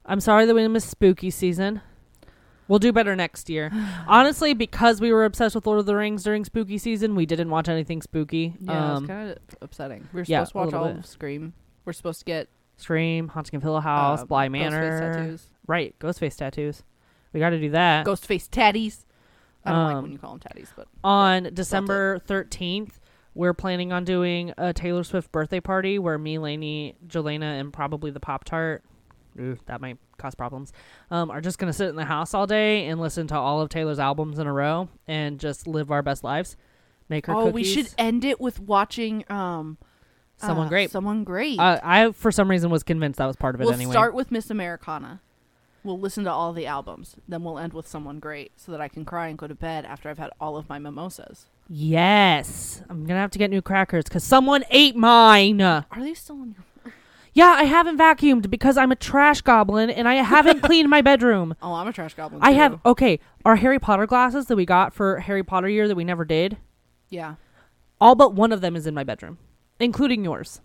Speaker 1: I'm sorry that we missed spooky season. We'll do better next year. Honestly, because we were obsessed with Lord of the Rings during spooky season, we didn't watch anything spooky.
Speaker 2: Yeah,
Speaker 1: um,
Speaker 2: it's kind of upsetting. We were
Speaker 1: yeah,
Speaker 2: supposed
Speaker 1: a
Speaker 2: to watch
Speaker 1: little
Speaker 2: all
Speaker 1: bit.
Speaker 2: of Scream. We're supposed to get
Speaker 1: Scream, Haunting of Hill House,
Speaker 2: uh,
Speaker 1: Bly
Speaker 2: Ghostface
Speaker 1: Manor,
Speaker 2: tattoos.
Speaker 1: Right, ghost face tattoos. We got to do that.
Speaker 2: ghost face tatties. I don't like
Speaker 1: Um,
Speaker 2: when you call them tatties, but
Speaker 1: on December 13th, we're planning on doing a Taylor Swift birthday party where me, Lainey, Jelena, and probably the Pop Tart, ugh, that might cause problems, um, are just going to sit in the house all day and listen to all of Taylor's albums in a row and just live our best lives. Make her
Speaker 2: oh,
Speaker 1: cookies.
Speaker 2: we should end it with watching um
Speaker 1: Someone
Speaker 2: uh,
Speaker 1: great.
Speaker 2: Someone great.
Speaker 1: Uh, I, for some reason, was convinced that was part of it
Speaker 2: we'll
Speaker 1: anyway.
Speaker 2: start with Miss Americana. We'll listen to all the albums, then we'll end with someone great, so that I can cry and go to bed after I've had all of my mimosas.
Speaker 1: yes. I'm going to have to get new crackers because someone ate mine.
Speaker 2: Are they still in your?
Speaker 1: Yeah, I haven't vacuumed because I'm a trash goblin and I haven't cleaned my bedroom.
Speaker 2: Oh, I'm a trash goblin.
Speaker 1: I
Speaker 2: too.
Speaker 1: have okay, our Harry Potter glasses that we got for Harry Potter year that we never did.
Speaker 2: Yeah.
Speaker 1: All but one of them is in my bedroom, including yours.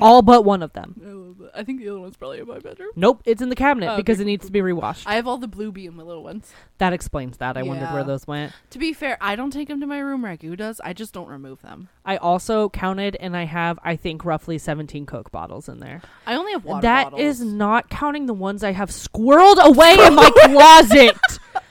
Speaker 1: all but one of them.
Speaker 2: I, think the other one's probably in my bedroom.
Speaker 1: Nope, it's in the cabinet
Speaker 2: Oh,
Speaker 1: because
Speaker 2: okay,
Speaker 1: it needs to be rewashed.
Speaker 2: I have all the blue bee and my little ones.
Speaker 1: that explains that. I wondered where
Speaker 2: Yeah.
Speaker 1: those went.
Speaker 2: To be fair, I don't take them to my room. Ragu does. I just don't remove them.
Speaker 1: I also counted and I have I think roughly 17 Coke bottles in there.
Speaker 2: I only have water
Speaker 1: That
Speaker 2: bottles.
Speaker 1: is not counting the ones I have squirreled away in my closet.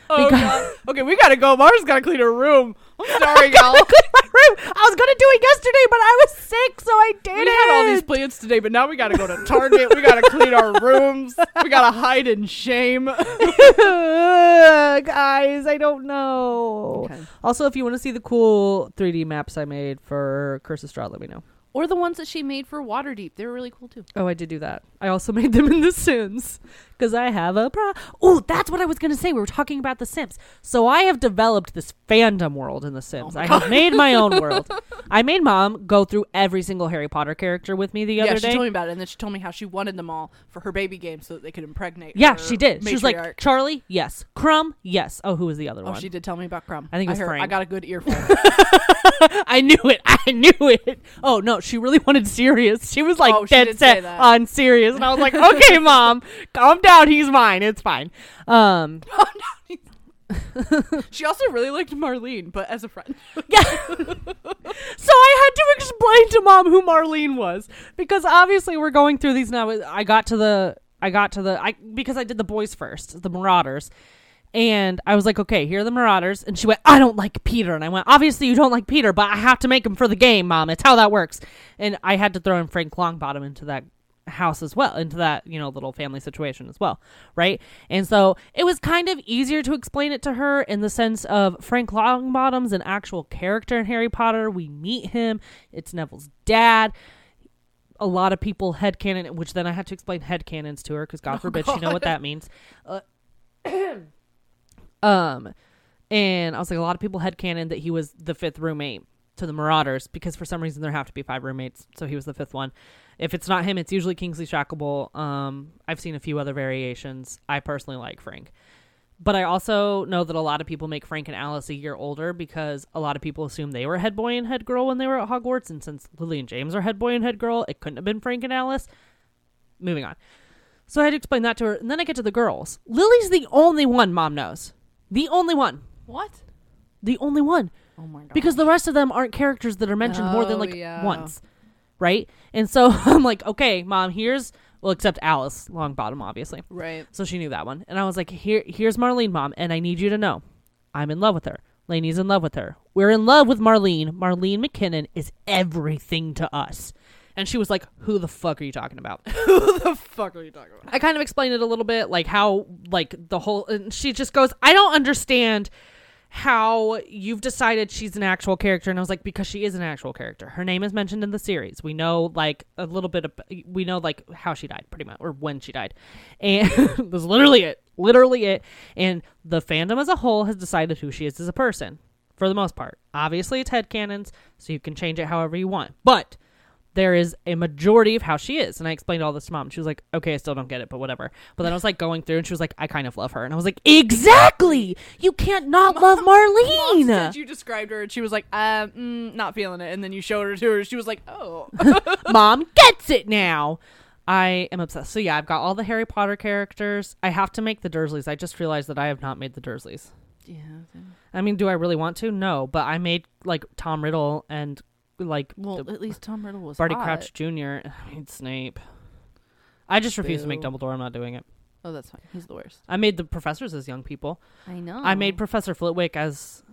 Speaker 4: Oh,
Speaker 1: Because-
Speaker 4: God. Okay, we gotta go. Mara's gotta clean her room. I'm sorry, y'all.
Speaker 1: Look at my room. I was gonna do it yesterday, but I was sick, so I did
Speaker 4: We had all these plans today, but now we gotta go to Target. We gotta clean our rooms. We gotta hide in shame.
Speaker 1: guys. I don't know.
Speaker 2: Okay.
Speaker 1: Also, if you want to see the cool 3D maps I made for Curse of Strahd, let me know.
Speaker 2: Or the ones that she made for Waterdeep. They were really cool too.
Speaker 1: Oh, I did do that. I also made them in The Sims because I have a pro. Oh, that's what I was gonna say. We were talking about The Sims, so I have developed this fandom world in The Sims.
Speaker 2: Oh my
Speaker 1: I have made my own world. I made mom go through every single Harry Potter character with me the
Speaker 2: yeah,
Speaker 1: other
Speaker 2: she
Speaker 1: day.
Speaker 2: told me about it, and then she told me how she wanted them all for her baby game so that they could impregnate.
Speaker 1: Yeah,
Speaker 2: her
Speaker 1: she did. She was like,
Speaker 2: matriarch.
Speaker 1: Charlie, yes. Crumb, yes. Oh, who was the other
Speaker 2: Oh,
Speaker 1: one?
Speaker 2: she did tell me about Crumb.
Speaker 1: I think it was
Speaker 2: heard-
Speaker 1: Frank.
Speaker 2: I got a good earful.
Speaker 1: I knew it. I knew it. Oh, no. She really wanted Sirius. She was like
Speaker 2: Oh, she
Speaker 1: dead
Speaker 2: did say
Speaker 1: set
Speaker 2: that.
Speaker 1: on Sirius. And I
Speaker 2: "Oh,
Speaker 1: was like, okay, mom, calm down. He's mine. It's fine. Um,
Speaker 2: She also really liked Marlene, but as a friend.
Speaker 1: So I had to explain to mom who Marlene was because obviously we're going through these now. I got to the I got to the I because I did the boys first, the Marauders. And I was like, okay, here are the Marauders. And she went, I don't like Peter. And I went, obviously, you don't like Peter, but I have to make him for the game, Mom. It's how that works. And I had to throw in Frank Longbottom into that house as well, into that, you know, little family situation as well. Right. And so it was kind of easier to explain it to her in the sense of Frank Longbottom's an actual character in Harry Potter. We meet him, it's Neville's dad a lot of people headcanon, which then I had to explain headcanons to her because God forbid she know what that means. Uh, um, and I was like, a lot of people headcanon that he was the fifth roommate to the Marauders because for some reason there have to be five roommates, so he was the fifth one. If it's not him, it's usually Kingsley Shacklebolt. Um, I've seen a few other variations. I personally like Frank. But I also know that a lot of people make Frank and Alice a year older because a lot of people assume they were head boy and head girl when they were at Hogwarts. And since Lily and James are head boy and head girl, it couldn't have been Frank and Alice. Moving on. So I had to explain that to her. And then I get to the girls. Lily's the only one mom knows. The only one.
Speaker 2: What?
Speaker 1: The only one.
Speaker 2: Oh my god.
Speaker 1: Because the rest of them aren't characters that are mentioned more than
Speaker 2: Oh,
Speaker 1: like
Speaker 2: yeah.
Speaker 1: once. Right? And so I'm like, okay, mom, here's, well, except Alice Longbottom, obviously.
Speaker 2: right.
Speaker 1: So she knew that one. And I was like, Here here's Marlene, mom, and I need you to know. I'm in love with her. Lainey's in love with her. We're in love with Marlene. Marlene McKinnon is everything to us. And she was like, Who the fuck are you talking about?
Speaker 2: Who the fuck are you talking about?
Speaker 1: I kind of explained it a little bit, like how, like the whole. And she just goes, I don't understand how you've decided she's an actual character. And I was like, because she is an actual character. Her name is mentioned in the series. We know like a little bit of, we know like how she died, pretty much, or when she died, and that's literally it, literally it. And the fandom as a whole has decided who she is as a person, for the most part. Obviously, it's headcanons, so you can change it however you want, but there is a majority of how she is. And I explained all this to mom. She was like, okay, I still don't get it, but whatever. But then I was like going through and she was like, I kind of love her. And I was like, exactly. You can't not love Marlene.
Speaker 2: Since you described her, and she was like, um, mm, not feeling it. And then you showed her to her. She was like, oh.
Speaker 1: mom gets it now. I am obsessed. So yeah, I've got all the Harry Potter characters. I have to make the Dursleys. I just realized that I have not made the Dursleys.
Speaker 2: yeah.
Speaker 1: I mean, do I really want to? No, but I made like Tom Riddle and like
Speaker 2: Well,
Speaker 1: the-
Speaker 2: at least Tom Riddle was
Speaker 1: Barty
Speaker 2: hot.
Speaker 1: Crouch Jr. I mean Snape. I just refuse to make
Speaker 2: Boo.
Speaker 1: Dumbledore. I'm not doing it.
Speaker 2: Oh, that's fine. He's the worst.
Speaker 1: I made the professors as young people.
Speaker 3: I know.
Speaker 1: I
Speaker 2: Oh.
Speaker 1: made Professor Flitwick as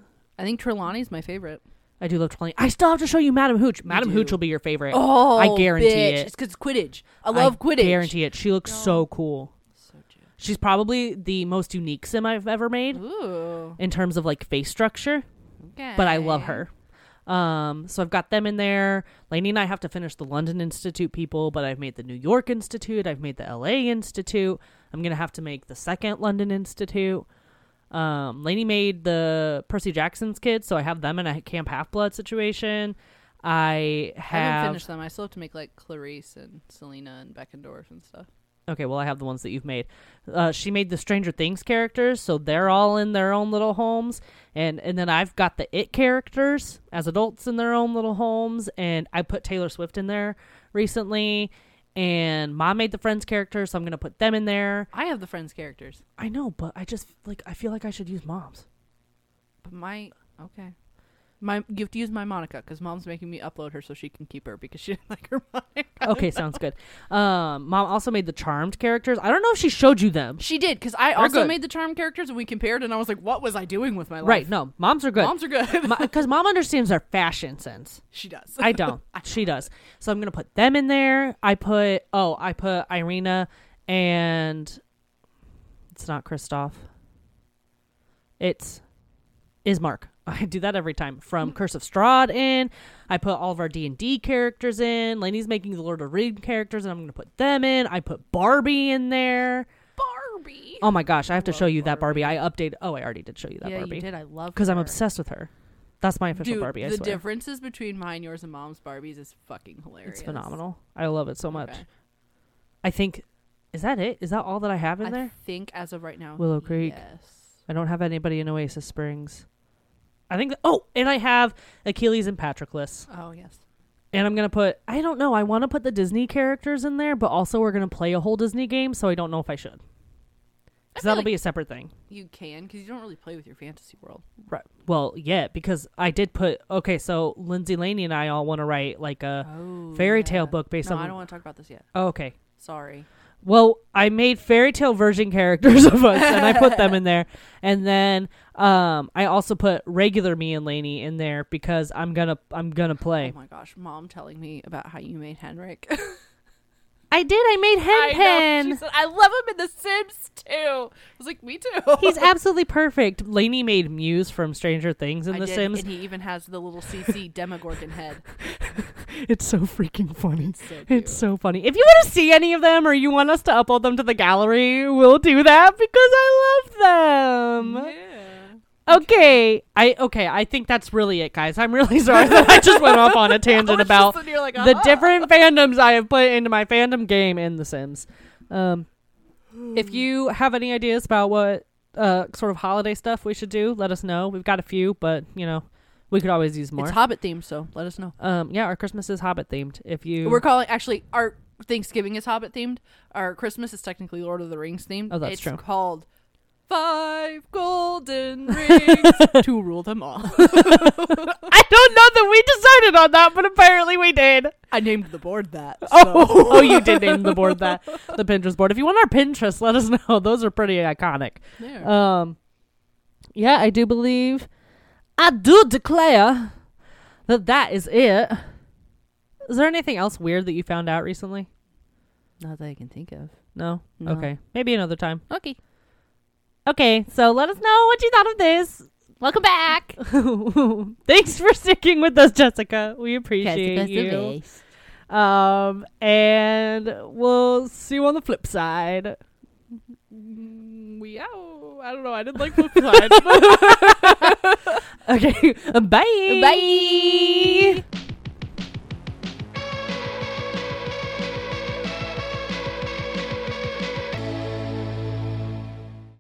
Speaker 2: I think Trelawney's my favorite.
Speaker 1: I do love Trelawney. I still have to show you Madam Hooch. Madam
Speaker 2: do.
Speaker 1: Hooch will be your favorite.
Speaker 2: Oh,
Speaker 1: I guarantee
Speaker 2: bitch.
Speaker 1: it.
Speaker 2: It's because Quidditch. I love Quidditch.
Speaker 1: Guarantee it. She looks so cool.
Speaker 2: So Jew.
Speaker 1: She's probably the most unique sim I've ever made
Speaker 2: Mm. Ooh.
Speaker 1: in terms of like face structure, but I love her. Um, so I've got them in there. Lainey and I have to finish the London Institute people, but I've made the New York Institute. I've made the LA Institute. I'm gonna have to make the second London Institute. Um, Lainey made the Percy Jackson's kids, so I have them in a Camp Half Blood situation. I
Speaker 2: I haven't
Speaker 1: have
Speaker 2: finished them. I still have to make like Clarice and Selena and Beckendorf and stuff.
Speaker 1: Okay, well, I have the ones that you've made. Uh, she made the Stranger Things characters, so they're all in their own little homes, and and then I've got the It characters as adults in their own little homes, and I put Taylor Swift in there recently, and Mom made the Friends characters, so I'm gonna put them in there.
Speaker 2: I have the Friends characters,
Speaker 1: I know, but I just like I feel like I should use Mom's.
Speaker 2: but my okay. My you have to use my Monica because mom's making me upload her so she can keep her because she didn't like her Monica.
Speaker 1: Okay, sounds good. Um, Mom also made the Charmed characters. I don't know if she showed you them.
Speaker 2: She did because I
Speaker 1: They're
Speaker 2: also
Speaker 1: good.
Speaker 2: made the charm characters and we compared and I was like, what was I doing with my life?
Speaker 1: Right? No, Moms are good.
Speaker 2: Moms are good.
Speaker 1: Because mom understands our fashion sense.
Speaker 2: she does.
Speaker 1: I don't. she does. So I'm gonna put them in there. I put oh, I put Irina and it's not Kristoff. It's Ismark. I do that every time.
Speaker 2: Mm.
Speaker 1: From Curse of Strahd in. I put all of our D and D characters in. Lainey's making the Lord of the Rings characters, and I'm gonna put them in. I put Barbie in there.
Speaker 3: Barbie.
Speaker 1: Oh my gosh, I have to show you that Barbie. I updated. Oh, I already did show you that
Speaker 2: yeah,
Speaker 1: Barbie
Speaker 2: you did. I love
Speaker 1: because I'm
Speaker 2: her.
Speaker 1: obsessed with her. That's my official
Speaker 2: Dude,
Speaker 1: Barbie. I
Speaker 2: the
Speaker 1: swear.
Speaker 2: differences between mine, yours, and mom's Barbies is fucking hilarious.
Speaker 1: It's phenomenal. I love it so much.
Speaker 2: Okay.
Speaker 1: I think is that it? Is that all that I have in
Speaker 2: I
Speaker 1: there?
Speaker 2: think as of right now,
Speaker 1: Willow Creek.
Speaker 2: Yes.
Speaker 1: I don't have anybody in Oasis Springs. I think oh, and I have Achilles and Patroclus.
Speaker 2: Oh yes.
Speaker 1: And I'm gonna put I don't know, I wanna put the Disney characters in there, but also we're gonna play a whole Disney game, so I don't know if I should. Because that'll be a separate thing.
Speaker 2: You can because you don't really play with your fantasy world.
Speaker 1: Right. Well, yeah, because I did put okay. So Lindsay Laney and I all want to write like a
Speaker 2: Oh,
Speaker 1: fairy tale book based
Speaker 2: No,
Speaker 1: on.
Speaker 2: I don't want to talk about this yet.
Speaker 1: oh, okay.
Speaker 2: Sorry.
Speaker 1: Well, I made fairy tale version characters of us, and I put them in there. And then um, I also put regular me and Laney in there because I'm gonna I'm gonna play.
Speaker 2: Oh my gosh, mom telling me about how you made Henrik.
Speaker 1: I did. I made Hen
Speaker 2: I know.
Speaker 1: Pen.
Speaker 2: She said, I love him in The Sims too. I was like, me too.
Speaker 1: He's absolutely perfect. Laney made Muse from Stranger Things in
Speaker 2: I
Speaker 1: The
Speaker 2: did,
Speaker 1: Sims.
Speaker 2: and he even has the little CC Demogorgon head.
Speaker 1: It's so freaking funny. It's
Speaker 2: so
Speaker 1: so,
Speaker 2: cute.
Speaker 1: funny. If you want to see any of them or you want us to upload them to the gallery, we'll do that because I love them.
Speaker 2: yeah.
Speaker 1: Okay. I okay, I think that's really it, guys. I'm really sorry that I just went off on a
Speaker 2: Oh,
Speaker 1: tangent about
Speaker 2: You're like, uh, "Uh-huh."
Speaker 1: the different fandoms I have put into my fandom game in The Sims. Um if you have any ideas about what uh sort of holiday stuff we should do, let us know. We've got a few, but you know, we could always use more.
Speaker 2: It's Hobbit themed, so let us know.
Speaker 1: um yeah, our Christmas is Hobbit themed. If you
Speaker 2: We're calling actually our Thanksgiving is Hobbit themed. Our Christmas is technically Lord of the Rings themed.
Speaker 1: Oh, that's
Speaker 2: it's
Speaker 1: true.
Speaker 2: called Five Golden Rings to rule them all.
Speaker 1: I don't know that we decided on that, but apparently we did.
Speaker 2: I named the board that. So.
Speaker 1: Oh, oh, you did name the board that the Pinterest board. If you want our Pinterest, let us know. Those are pretty iconic.
Speaker 2: There.
Speaker 1: Um, yeah, I do believe, I do declare that that is it. Is there anything else weird that you found out recently?
Speaker 2: Not that I can think of.
Speaker 1: No.
Speaker 2: No.
Speaker 1: Okay, maybe another time.
Speaker 3: Okay.
Speaker 1: Okay, so let us know what you thought of this.
Speaker 3: Welcome back.
Speaker 1: Thanks for sticking with us, Jessica. We appreciate
Speaker 3: Jessica
Speaker 1: you.
Speaker 3: Gervais.
Speaker 1: Um, and we'll see you on the flip side.
Speaker 4: We out. Mm, I don't know. I didn't like flip side.
Speaker 1: Okay, bye.
Speaker 3: Bye.